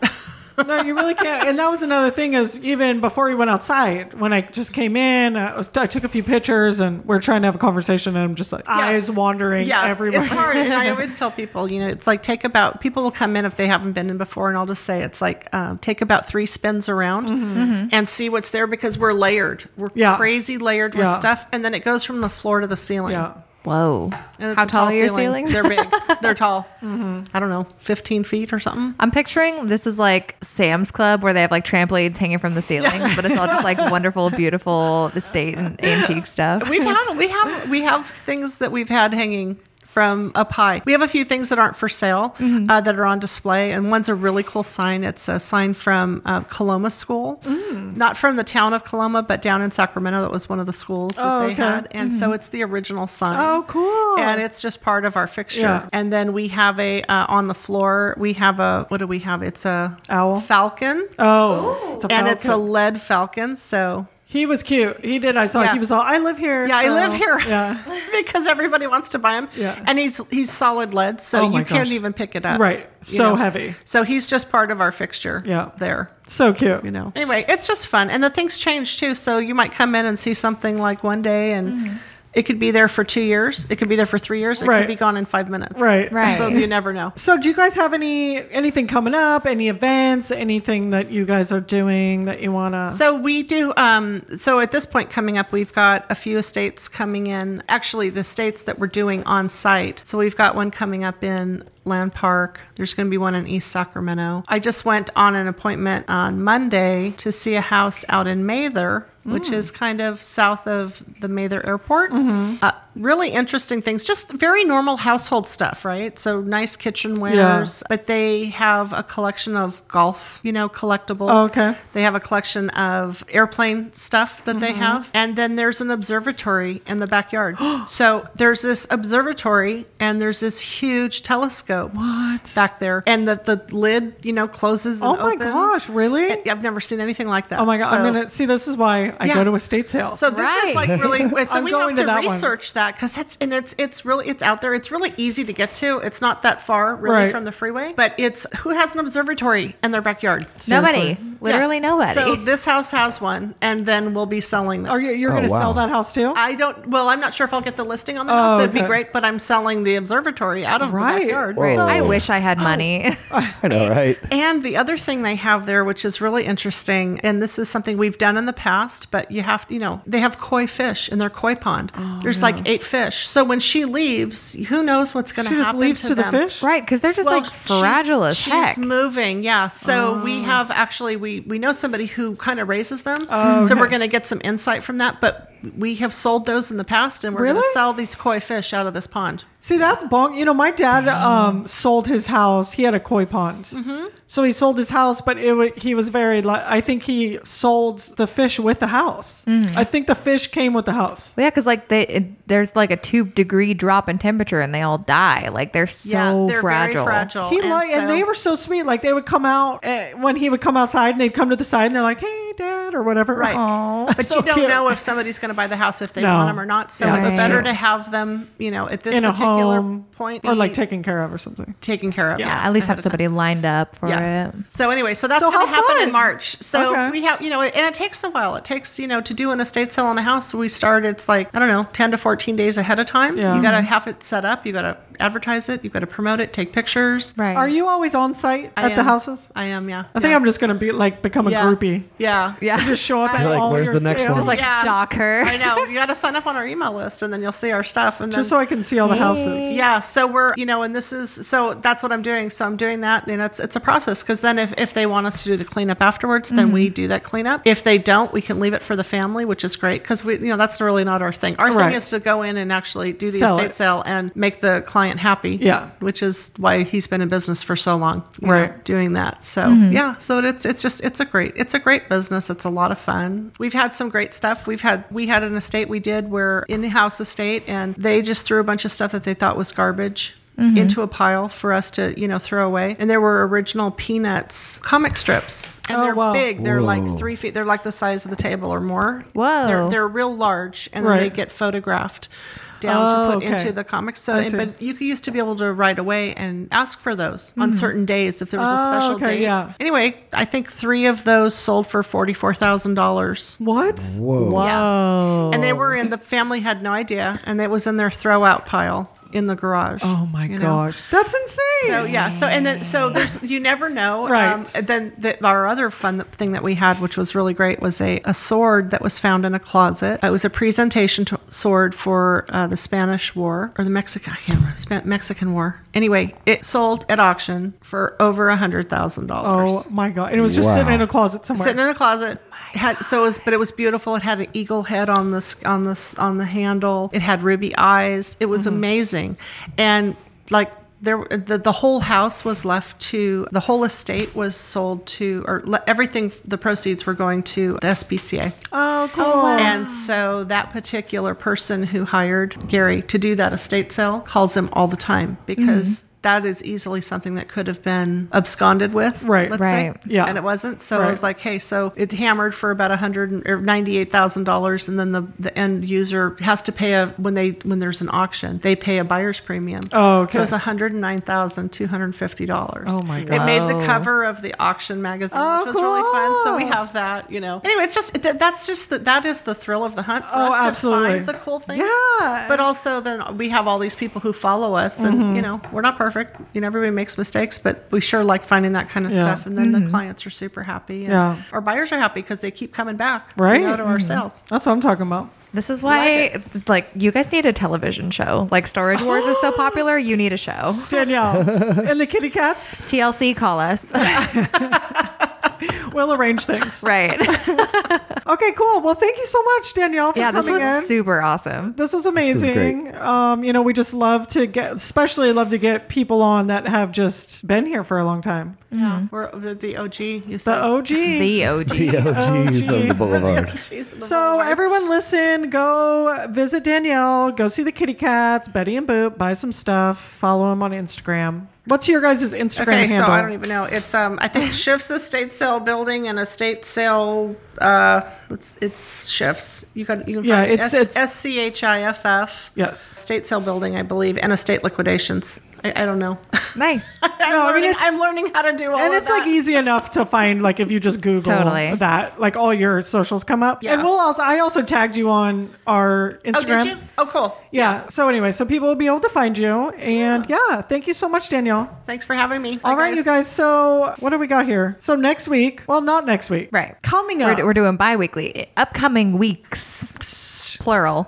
Speaker 1: no, you really can't. And that was another thing is even before we went outside, when I just came in, I, was, I took a few pictures and we're trying to have a conversation and I'm just like eyes wandering
Speaker 4: yeah,
Speaker 1: everywhere.
Speaker 4: it's hard. And I always tell people, you know, it's like take about people will come in if they haven't been in before, and I'll just say it's like um, take about three spins around
Speaker 2: Mm-hmm.
Speaker 4: and see what's there because we're layered. We're
Speaker 1: Yeah.
Speaker 4: crazy layered with
Speaker 1: Yeah.
Speaker 4: stuff, and then it goes from the floor to the ceiling.
Speaker 1: Yeah.
Speaker 2: Whoa.
Speaker 4: And it's
Speaker 2: How tall,
Speaker 4: a tall
Speaker 2: are your
Speaker 4: ceiling.
Speaker 2: ceilings?
Speaker 4: They're big. They're tall. I don't know, fifteen feet or something.
Speaker 2: I'm picturing this is like Sam's Club where they have like trampolines hanging from the ceilings, but it's all just like wonderful, beautiful estate and antique stuff.
Speaker 4: We've had we have we have things that we've had hanging from up high. We have a few things that aren't for sale
Speaker 1: Mm-hmm.
Speaker 4: uh, that are on display, and one's a really cool sign. It's a sign from uh, Coloma School,
Speaker 1: Mm.
Speaker 4: not from the town of Coloma, but down in Sacramento. That was one of the schools that
Speaker 1: Oh,
Speaker 4: they
Speaker 1: okay.
Speaker 4: had, and so it's the original sign.
Speaker 1: Oh, cool.
Speaker 4: And it's just part of our fixture.
Speaker 1: Yeah.
Speaker 4: And then we have a uh, on the floor. We have a what do we have? It's a
Speaker 1: Owl.
Speaker 4: falcon.
Speaker 1: Oh, it's a
Speaker 4: And it's a
Speaker 1: falcon.
Speaker 4: lead falcon, so
Speaker 1: He was cute. He did. I saw.
Speaker 4: Yeah.
Speaker 1: He was all. I live here.
Speaker 4: yeah,
Speaker 1: so-
Speaker 4: I live here
Speaker 1: Yeah.
Speaker 4: because everybody wants to buy him.
Speaker 1: Yeah.
Speaker 4: and he's he's solid lead, so
Speaker 1: Oh my
Speaker 4: you can't
Speaker 1: gosh.
Speaker 4: even pick it up.
Speaker 1: Right.
Speaker 4: you
Speaker 1: So heavy.
Speaker 4: So he's just part of our fixture.
Speaker 1: Yeah.
Speaker 4: there.
Speaker 1: So cute.
Speaker 4: You know. Anyway, it's just fun, and the things change too. So you might come in and see something like one day, and it could be there for two years. It could be there for three years. It
Speaker 1: Right.
Speaker 4: could be gone in five minutes.
Speaker 1: Right.
Speaker 2: Right.
Speaker 4: So you never know.
Speaker 1: So do you guys have any anything coming up? Any events? Anything that you guys are doing that you wanna?
Speaker 4: So we do. Um, so at this point coming up, we've got a few estates coming in. Actually, the states that we're doing on site. So we've got one coming up in Land Park. There's going to be one in East Sacramento. I just went on an appointment on Monday to see a house out in Mather. Which is kind of south of the Mather Airport. Uh, really interesting things, just very normal household stuff, right? So nice kitchenwares, but they have a collection of golf, you know, collectibles.
Speaker 1: Oh, okay.
Speaker 4: They have a collection of airplane stuff that
Speaker 1: Mm-hmm.
Speaker 4: they have. And then there's an observatory in the backyard. so there's this observatory and there's this huge telescope
Speaker 1: what?
Speaker 4: back there. And the, the lid, you know, closes and
Speaker 1: Oh my
Speaker 4: opens.
Speaker 1: gosh, really?
Speaker 4: I- I've never seen anything like that.
Speaker 1: Oh my god!
Speaker 4: So-
Speaker 1: I'm gonna see. This is why I
Speaker 4: Yeah.
Speaker 1: go to estate sales.
Speaker 4: so this is like really. So
Speaker 1: I'm
Speaker 4: we
Speaker 1: going
Speaker 4: have
Speaker 1: to
Speaker 4: to,
Speaker 1: that one.
Speaker 4: research that because that's and it's it's really it's out there. It's really easy to get to. It's not that far really
Speaker 1: Right.
Speaker 4: from the freeway. But it's who has an observatory in their backyard?
Speaker 2: Nobody.
Speaker 1: Seriously.
Speaker 2: Literally
Speaker 4: Yeah.
Speaker 2: nobody.
Speaker 4: So this house has one, and then we'll be selling them.
Speaker 1: are you you're
Speaker 3: Oh,
Speaker 1: gonna sell
Speaker 3: wow.
Speaker 1: that house too?
Speaker 4: I don't. Well, I'm not sure if I'll get the listing on the
Speaker 1: Oh,
Speaker 4: house. That'd
Speaker 1: okay.
Speaker 4: be great, but I'm selling the observatory out of
Speaker 1: Right.
Speaker 4: the backyard.
Speaker 1: Right.
Speaker 4: So-
Speaker 2: I wish I had money.
Speaker 3: I know, right?
Speaker 4: and the other thing they have there, which is really interesting, and this is something we've done in the past, but you have, you know, they have koi fish in their koi pond.
Speaker 1: Oh,
Speaker 4: There's like eight fish. So when she leaves, who knows what's going
Speaker 1: she
Speaker 4: to
Speaker 1: just
Speaker 4: happen
Speaker 1: leaves to,
Speaker 4: to
Speaker 1: the
Speaker 4: them.
Speaker 1: fish.
Speaker 2: right, because they're just like
Speaker 4: she's-
Speaker 2: fragile as
Speaker 4: she's
Speaker 2: heck.
Speaker 4: moving, yeah. So
Speaker 1: Oh.
Speaker 4: we have actually we we know somebody who kind of raises them. So we're
Speaker 1: Oh, okay.
Speaker 4: going to get some insight from that. But we have sold those in the past, and we're going
Speaker 1: Really?
Speaker 4: to sell these koi fish out of this pond.
Speaker 1: See, that's bonk. You know, my dad um, sold his house. He had a koi pond,
Speaker 4: Mm-hmm.
Speaker 1: so he sold his house, but it wa he was very. Li- I think he sold the fish with the house.
Speaker 4: Mm.
Speaker 1: I think the fish came with the house.
Speaker 2: Well, yeah, because like they, it, there's like a two degree drop in temperature and they all die. Like they're so
Speaker 4: yeah, they're
Speaker 2: fragile.
Speaker 4: very fragile.
Speaker 1: He liked, and
Speaker 4: Oh, so-
Speaker 1: they were so sweet. Like they would come out uh, when he would come outside, and they'd come to the side, and they're like, "Hey, Dad," or whatever.
Speaker 4: Right.
Speaker 2: Aw.
Speaker 4: But you don't know if somebody's going to buy the house if they
Speaker 1: No.
Speaker 4: want them or not. So
Speaker 1: Yeah,
Speaker 4: it's
Speaker 2: that's
Speaker 4: better
Speaker 2: true.
Speaker 4: to have them, you know, at this
Speaker 1: in a
Speaker 4: particular
Speaker 1: home
Speaker 4: point
Speaker 1: or like
Speaker 4: be
Speaker 1: taken care of or something.
Speaker 4: taken care of.
Speaker 1: Yeah,
Speaker 2: At least
Speaker 4: ahead
Speaker 2: have
Speaker 4: of time.
Speaker 2: somebody lined up for
Speaker 4: Yeah.
Speaker 2: it.
Speaker 4: So anyway, so that's
Speaker 1: So
Speaker 4: going to
Speaker 1: how
Speaker 4: happen
Speaker 1: fun.
Speaker 4: in March. So
Speaker 1: Okay.
Speaker 4: we have, you know, and it takes a while. It takes, you know, to do an estate sale on a house. We start. It's like I don't know, ten to fourteen days ahead of time.
Speaker 1: Yeah.
Speaker 4: You got to have it set up. You got to advertise it. You got to promote it. Take pictures.
Speaker 2: Right.
Speaker 1: Are you always on site
Speaker 4: I
Speaker 1: at the
Speaker 4: am.
Speaker 1: houses?
Speaker 4: I am. Yeah.
Speaker 1: I think
Speaker 4: yeah.
Speaker 1: I'm just gonna be like become a
Speaker 4: yeah.
Speaker 1: groupie.
Speaker 4: Yeah.
Speaker 2: Yeah.
Speaker 1: Just show up at
Speaker 3: You're like,
Speaker 1: all
Speaker 3: "Where's
Speaker 1: your
Speaker 3: the next
Speaker 1: sales.
Speaker 3: one?"
Speaker 2: Just like
Speaker 4: Yeah.
Speaker 2: stalk her.
Speaker 4: I know. You got to sign up on our email list, and then you'll see our stuff. And then,
Speaker 1: just so I can see all the houses.
Speaker 4: Yeah, so we're you know, and this is so that's what I'm doing. So I'm doing that, and it's it's a process because then if, if they want us to do the cleanup afterwards, then we
Speaker 1: Mm-hmm.
Speaker 4: do that cleanup. If they don't, we can leave it for the family, which is great because we you know that's really not our thing. Our
Speaker 1: Right.
Speaker 4: thing is to go in and actually do the
Speaker 1: Sell
Speaker 4: estate
Speaker 1: it.
Speaker 4: sale and make the client happy.
Speaker 1: Yeah.
Speaker 4: which is why he's been in business for so long. you know,
Speaker 1: Right. Mm-hmm.
Speaker 4: doing that. So yeah, so it's it's just it's a great it's a great business. It's a lot of fun. We've had some great stuff. We've had we had an estate we did where in-house estate, and they just threw a bunch of stuff that they thought was garbage.
Speaker 1: Mm-hmm.
Speaker 4: Into a pile for us to, you know, throw away. And there were original peanuts comic strips, and
Speaker 1: Oh,
Speaker 4: they're
Speaker 1: wow.
Speaker 4: big. They're
Speaker 3: Whoa.
Speaker 4: like three feet. They're like the size of the table or more.
Speaker 2: Whoa.
Speaker 4: They're, they're real large, and then they
Speaker 1: Right.
Speaker 4: get photographed down
Speaker 1: Oh,
Speaker 4: to put
Speaker 1: okay.
Speaker 4: into the
Speaker 1: I
Speaker 4: comics. So,
Speaker 1: see.
Speaker 4: but you could- used to be able to right away and ask for those on certain days if there was a
Speaker 1: Oh,
Speaker 4: special
Speaker 1: Hmm. okay,
Speaker 4: date.
Speaker 1: yeah.
Speaker 4: Anyway, I think three of those sold for forty four thousand dollars.
Speaker 1: What?
Speaker 3: Whoa.
Speaker 2: Whoa.
Speaker 4: And they were in the family had no idea, and it was in their throwout pile in the garage.
Speaker 1: Oh my
Speaker 4: you know?
Speaker 1: gosh, that's insane.
Speaker 4: So yeah, so and then so there's you never know.
Speaker 1: Right.
Speaker 4: and then the, our other fun thing that we had, which was really great, was a, a sword that was found in a closet. Uh, It was a presentation to, sword for uh, the Spanish War or the Mexican I can't remember Span- Mexican War. Anyway, it sold at auction for over a hundred thousand dollars.
Speaker 1: oh my god, and it was just
Speaker 3: Wow.
Speaker 1: sitting in a closet somewhere.
Speaker 4: Sitting in a closet. had so it was, but it was beautiful. It had an eagle head on this on this on the handle. It had ruby eyes. It
Speaker 1: Mm-hmm.
Speaker 4: was amazing, and like there, the, the whole house was left to the whole estate was sold to or le- everything. The proceeds were going to the SPCA.
Speaker 1: Oh, cool.
Speaker 4: And so that particular person who hired Gary to do that estate sale calls him all the time because
Speaker 1: Mm-hmm.
Speaker 4: that is easily something that could have been absconded with.
Speaker 1: Right.
Speaker 4: let's say.
Speaker 2: Right.
Speaker 1: Yeah.
Speaker 4: And it wasn't. So I was
Speaker 1: Right.
Speaker 4: like, hey, so it hammered for about a hundred and- or ninety-eight thousand dollars, and then the, the end user has to pay a when they when there's an auction, they pay a buyer's premium.
Speaker 1: Oh,
Speaker 4: So it was
Speaker 1: okay.
Speaker 4: one hundred and nine thousand two hundred fifty dollars.
Speaker 1: Oh, my
Speaker 4: It made the
Speaker 2: God.
Speaker 4: cover of the auction magazine,
Speaker 1: Oh,
Speaker 4: which was really fun. So we
Speaker 1: cool.
Speaker 4: have that. You know. Anyway, it's just th- that's just the, that is the thrill of the hunt for
Speaker 1: Oh,
Speaker 4: us
Speaker 1: absolutely.
Speaker 4: to find the cool things.
Speaker 1: Yeah.
Speaker 4: But also then we have all these people who follow us and you know, we're not perfect. You know, everybody makes mistakes, but we sure like finding that kind of
Speaker 1: Yeah.
Speaker 4: stuff and then the clients are super happy and
Speaker 1: Mm-hmm. Yeah.
Speaker 4: our buyers are happy because they keep coming back
Speaker 1: Right. Mm-hmm.
Speaker 4: you know, to our sales.
Speaker 1: That's what I'm talking about.
Speaker 2: This is why, it's like, you guys need a television show. Like, Storage Wars is
Speaker 4: Oh.
Speaker 2: so popular, you need a show.
Speaker 1: Danielle and the kitty cats
Speaker 2: TLC, call us.
Speaker 1: will arrange things.
Speaker 2: right.
Speaker 1: Okay, cool. Well, thank you so much, Danielle, for
Speaker 2: Yeah, this
Speaker 1: coming
Speaker 2: was
Speaker 1: in.
Speaker 2: super awesome.
Speaker 1: this was
Speaker 3: was great.
Speaker 1: amazing. um, you know, we just love to get, especially love to get people on that have just been here for a long time.
Speaker 4: We're the- the OG you
Speaker 1: The
Speaker 4: said.
Speaker 1: OG.
Speaker 2: The OG.
Speaker 3: The OGs of the Boulevard.
Speaker 4: OGs of the
Speaker 1: so
Speaker 4: Boulevard.
Speaker 1: everyone listen, go visit Danielle, go see the kitty cats, Betty and Boop, buy some stuff, follow them on Instagram. What's your guys' Instagram
Speaker 4: Okay,
Speaker 1: handle?
Speaker 4: so I don't even know. It's um, I think Shifts Estate Sale Building and Estate Sale. Uh, it's it's Shifts. You got you can
Speaker 1: Yeah,
Speaker 4: find it.
Speaker 1: it's- it's-
Speaker 4: S C H I F F.
Speaker 1: yes.
Speaker 4: Estate Sale Building, I believe, and Estate Liquidations. I, I don't know.
Speaker 2: Nice.
Speaker 4: I'm,
Speaker 1: No, I mean,
Speaker 4: learning,
Speaker 1: it's-
Speaker 4: I'm learning how to do all
Speaker 1: And
Speaker 4: of
Speaker 1: it's
Speaker 4: that.
Speaker 1: like easy enough to find, like if you just Google
Speaker 2: Totally.
Speaker 1: that, like all your socials come up.
Speaker 4: Yeah.
Speaker 1: And we'll also, I also tagged you on our
Speaker 4: oh,
Speaker 1: Instagram.
Speaker 4: did you? Oh, cool.
Speaker 1: Yeah. So anyway, so people will be able to find you. And yeah, thank you so much, Danielle.
Speaker 4: Thanks for having me.
Speaker 1: All right, you guys. So what do we got here? So next week, well, not next week.
Speaker 2: Right.
Speaker 1: Coming up.
Speaker 2: We're, we're doing bi weekly, upcoming weeks, plural.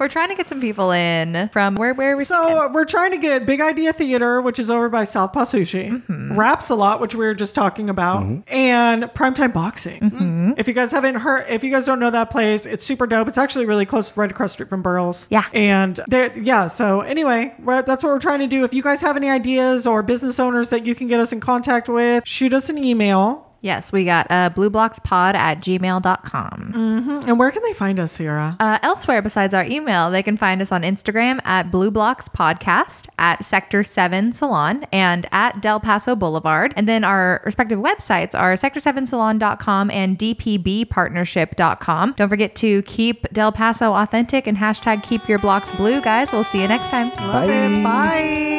Speaker 2: we're trying to get some people in from where, where we
Speaker 1: so uh, we're trying to get Big Idea Theater, which is over by South Pasushi,
Speaker 2: Mm-hmm.
Speaker 1: Raps a Lot, which we were just talking about, and Primetime Boxing.
Speaker 2: Mm-hmm.
Speaker 1: If you guys haven't heard, if you guys don't know that place, it's super dope. It's actually really close, right across the street from Burles.
Speaker 2: Yeah.
Speaker 1: And there, yeah. So anyway, we're- that's what we're trying to do. If you guys have any ideas or business owners that you can get us in contact with, shoot us an email.
Speaker 2: Yes, we got uh, blueblockspod at gmail.com.
Speaker 1: And where can they find us, Sierra?
Speaker 2: Uh, elsewhere besides our email, they can find us on Instagram at Blue Blocks Podcast, at Sector 7 Salon, and at Del Paso Boulevard. And then our respective websites are sector7salon.com and dpbpartnership.com. Don't forget to keep Del Paso authentic and hashtag keep your blocks blue, guys. We'll see you next time.
Speaker 1: Love it. Bye.